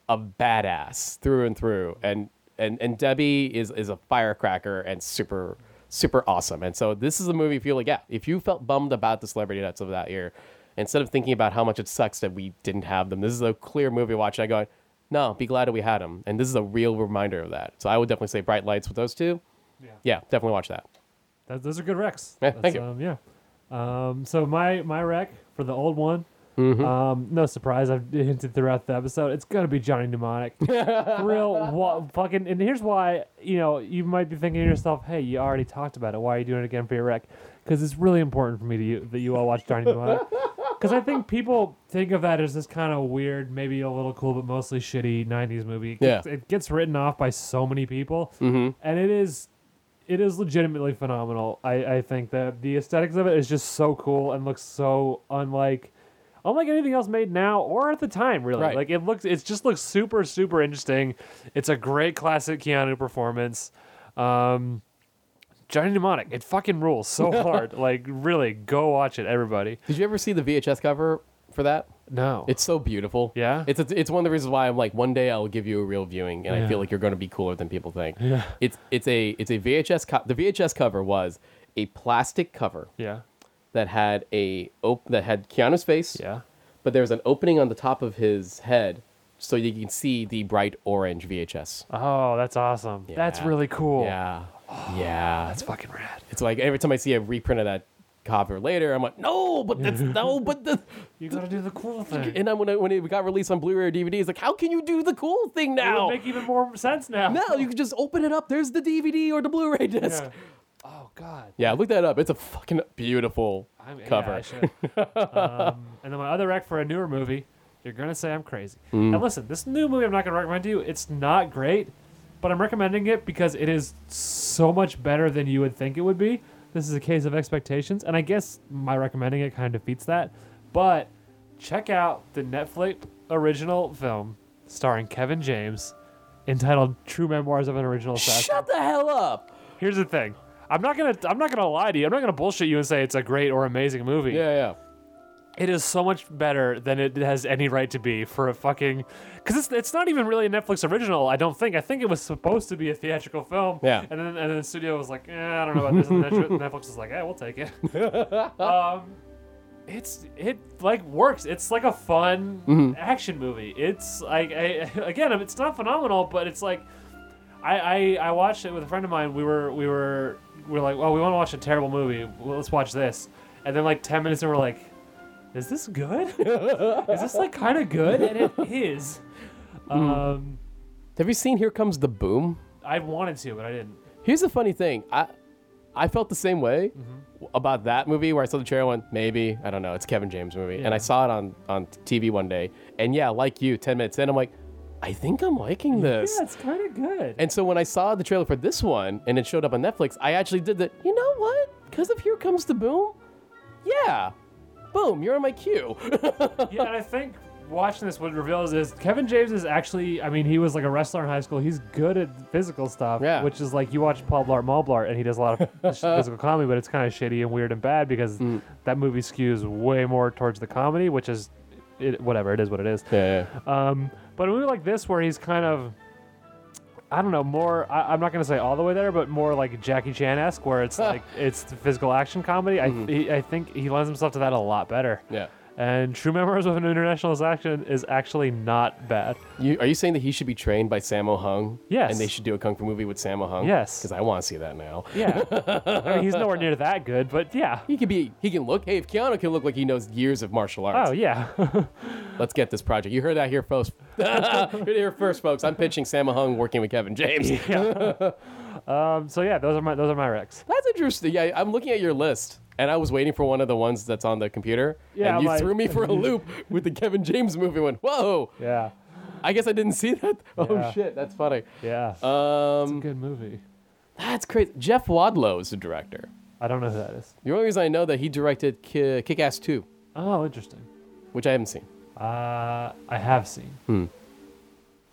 B: a badass through and through, and and and Debbie is is a firecracker and super super awesome. And so this is the movie. If you like, yeah, if you felt bummed about the celebrity deaths of that year, instead of thinking about how much it sucks that we didn't have them, this is a clear movie watching. I go, no, be glad that we had them. And this is a real reminder of that. So I would definitely say Bright Lights with those two.
A: Yeah.
B: Yeah, definitely watch that.
A: That, those are good wrecks.
B: Yeah, thank you.
A: Um, yeah. Um, so my my wreck for the old one.
B: Mm-hmm.
A: Um, no surprise, I've hinted throughout the episode. It's gonna be Johnny Mnemonic. Real wa- fucking. And here's why. You know, you might be thinking to yourself, "Hey, you already talked about it. Why are you doing it again for your wreck?" Because it's really important for me to you that you all watch Johnny Mnemonic. Because I think people think of that as this kind of weird, maybe a little cool, but mostly shitty '90s movie. It
B: Yeah. Mm-hmm.
A: gets- it gets written off by so many people, and it is it is legitimately phenomenal. I, I think that the aesthetics of it is just so cool and looks so unlike unlike anything else made now or at the time really.
B: Right.
A: Like it looks it just looks super super interesting. It's a great classic Keanu performance. Um Johnny Mnemonic, it fucking rules so hard. like really go watch it everybody.
B: Did you ever see the VHS cover for that?
A: No.
B: It's so beautiful.
A: Yeah?
B: It's it's it's one of the reasons why I'm like one day I'll give you a real viewing and I
A: Yeah.
B: feel like you're going to be cooler than people think. Yeah. It's it's a it's a VHS co- the VHS cover was a plastic cover
A: yeah.
B: that had a op- that had Keanu's face.
A: Yeah.
B: But there was an opening on the top of his head so you can see the bright orange VHS.
A: Oh, that's awesome. That's
B: Yeah.
A: really cool.
B: Yeah. yeah.
A: That's fucking rad.
B: It's like every time I see a reprint of that cover later, I'm like, no, but that's no, but the
A: You gotta do the cool thing.
B: and then when it, when it got released on Blu-ray or DVD, it's like, how can you do the cool thing
A: It
B: now?
A: would make even more sense now.
B: No, you can just open it up. There's the DVD or the Blu-ray disc.
A: Yeah.
B: Yeah,
A: Oh God.
B: look that up. It's a fucking beautiful
A: I'm,
B: cover.
A: Yeah, I should. um, and then my other rec for a newer movie, you're gonna say I'm crazy. Now listen, this new movie I'm not gonna recommend to you. It's not great, but I'm recommending it because it is so much better than you would think it would be. This is a case of expectations, and I guess my recommending it kind of defeats that. But check out the Netflix original film starring Kevin James, entitled "True Memoirs of an Original Assassin."
B: Shut the hell up.
A: Here's the thing. I'm not gonna I'm not gonna lie to you. I'm not gonna bullshit you and say it's a great or amazing movie.
B: Yeah,
A: It is so much better than it has any right to be for a fucking because it's it's not even really a Netflix original. I don't think. I think it was supposed to be a theatrical film.
B: Yeah.
A: And then and then the studio was like, eh, I don't know about this. And Netflix Netflix was like, Yeah, we'll take it. um, it's it like works. It's like a fun action movie. It's like I, again, it's not phenomenal, but it's like I, I I watched it with a friend of mine. We were we were we were like, well, we want to watch a terrible movie. Well, let's watch this. And then like ten minutes, in, we're like, is this good? is this like kind of good? And it is.
B: Hmm.
A: Um,
B: yeah. Have you seen Here Comes the Boom?
A: I wanted to, but I didn't.
B: Here's the funny thing. I I felt the same way
A: Mm-hmm.
B: about that movie where I saw the trailer and went, maybe, I don't know, it's a Kevin James movie. And I saw it on, on TV one day. And yeah, like you, 10 minutes in, I'm like, I think I'm liking this.
A: Yeah, it's kind of good.
B: And so when I saw the trailer for this one and it showed up on Netflix, I actually did the, you know what? Because of Here Comes the Boom? Yeah. Boom, you're on my queue.
A: yeah, and I think watching this what it reveals is Kevin James is actually I mean, he was like a wrestler in high school. He's good at physical stuff.
B: Yeah.
A: Which is like you watch Paul Blart Mall Blart and he does a lot of sh- physical comedy, but it's kinda shitty and weird and bad because
B: Hmm.
A: that movie skews way more towards the comedy, which is it, whatever, it is what it is.
B: yeah.
A: Um, but a movie like this, where he's kind of, I don't know, more. I, I'm not gonna say all the way there, but more like Jackie Chan esque, where it's like it's the physical action comedy. I he, I think he lends himself to that a lot better.
B: Yeah.
A: And True Memoirs of an International Action is actually not bad.
B: You, are you saying that he should be trained by Sammo Hung?
A: Yes.
B: And they should do a kung fu movie with Sammo Hung?
A: Yes.
B: Because I want to see that now.
A: Yeah, I mean he's nowhere near that good, but yeah.
B: He could be. He can look. Hey, if Keanu can look like he knows years of martial arts,
A: Oh yeah,
B: let's get this project. You heard that here first. Heard it here first, folks. I'm pitching Sam Hung working with Kevin James.
A: um, so yeah, those are my those are my recs.
B: That's interesting. Yeah, I'm looking at your list, and I was waiting for one of the ones that's on the computer.
A: Yeah,
B: and you
A: like-
B: threw me for a loop with the Kevin James movie. One. Whoa.
A: Yeah,
B: I guess I didn't see that. Oh
A: Yeah.
B: shit, that's funny.
A: yeah,
B: Um,
A: good movie.
B: that's crazy. Jeff Wadlow is the director.
A: I don't know who that is.
B: The only reason I know that he directed Ki- Kick Ass Two,
A: Oh, interesting.
B: which I haven't seen.
A: Uh, I have seen.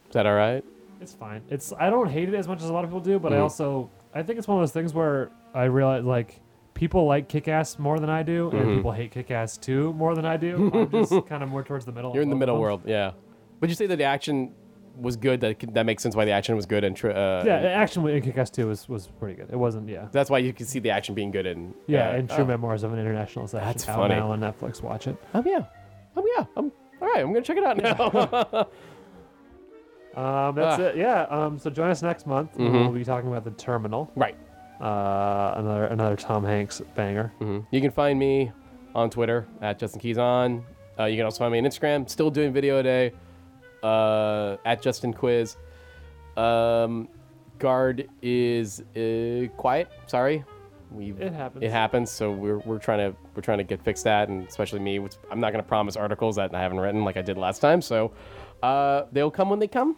B: Is that all right?
A: It's fine. It's I don't hate it as much as a lot of people do, but
B: Mm.
A: I also I think it's one of those things where I realize like people like Kick Ass more than I do,
B: Mm-hmm.
A: and people hate Kick Ass too more than I do. I'm just kind of more towards the middle.
B: You're in the
A: of
B: middle
A: both
B: world, yeah. Would you say that the action was good. That could- that makes sense why the action was good and tr- uh,
A: Yeah,
B: and
A: action in Kick-Ass 2 was, was pretty good. It wasn't, yeah.
B: that's why you can see the action being good and
A: Yeah, and True
B: oh.
A: Memoirs of an International Session.
B: That's
A: out
B: funny.
A: now on Netflix. Watch it.
B: Oh yeah, oh yeah. I'm all right. I'm gonna check it out now.
A: Um, that's
B: Ah. Mm-hmm.
A: it. Yeah. Um, so join us next month. when We'll be talking about the Terminal.
B: right.
A: Uh, another another Tom Hanks banger.
B: Mhm. You can find me on Twitter at Justin Keys on. Uh, you can also find me on Instagram. Still doing video a day uh, at Justin Quiz. Um, guard is uh, quiet. Sorry, we
A: It happens.
B: It happens. So we're, we're trying to we're trying to get fixed that, and especially me. Which I'm not going to promise articles that I haven't written like I did last time. So uh, they'll come when they come.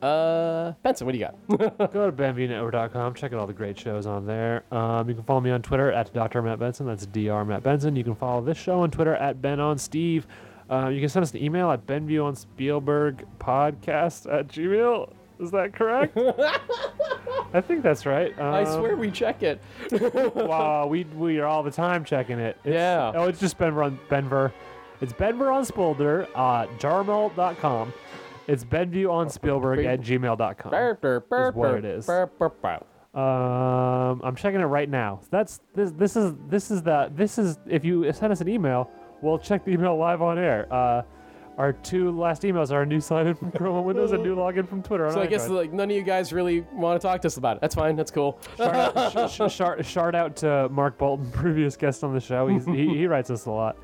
B: Uh, Benson, what do you got?
A: Go to BambiNetwork.com. Check out all the great shows on there. Um, you can follow me on Twitter at Dr. Matt Benson. That's Dr. Matt Benson. You can follow this show on Twitter at Ben on Steve. Uh, you can send us an email at Benview on Spielberg podcast at Gmail. Is that correct? I think that's right. Um,
B: I swear we check it.
A: wow, we we are all the time checking it. It's,
B: Yeah.
A: Oh, it's just Benver on Benver. It's Benver on Spolder, uh, jarmel.com. It's Benview on Spielberg at gmail.com.
B: Is
A: what it is. Um, I'm checking it right now. That's this this is this is the this is if you send us an email, we'll check the email live on air. Uh, our two last emails are a new sign in from Chrome on Windows and new login from Twitter. on
B: So I guess
A: iPhone.
B: like none of you guys really want to talk to us about it. That's fine. That's cool.
A: Shout out, sh- sh- shout- shout out to Mark Bolton, previous guest on the show. He's, he, he writes us a lot,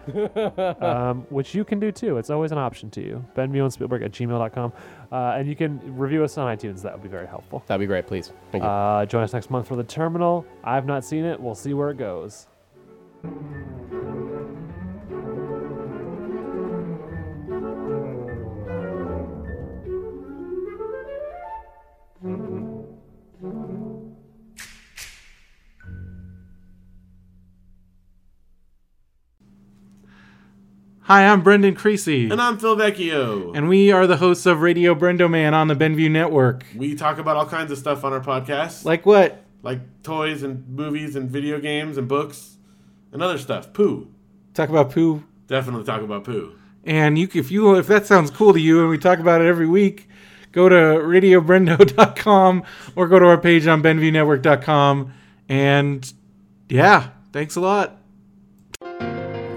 A: um, which you can do too. It's always an option to you. Ben Spielberg at gmail.com. Uh, and you can review us on iTunes. That would be very helpful.
B: That'd be great, please. Thank you.
A: Uh, join us next month for The Terminal. I've not seen it. We'll see where it goes.
C: Hi, I'm Brendan Creasy.
D: And I'm Phil Vecchio.
C: And we are the hosts of Radio Brendoman on the Benview Network.
D: we talk about all kinds of stuff on our podcast, like,
C: Like what?
D: toys and movies and video games and books and other stuff. Poo.
C: Talk about poo.
D: Definitely talk about poo.
C: And you, if you, if that sounds cool to you, and we talk about it every week, go to radiobrendo.com or go to our page on benviewnetwork.com. And yeah, thanks a lot.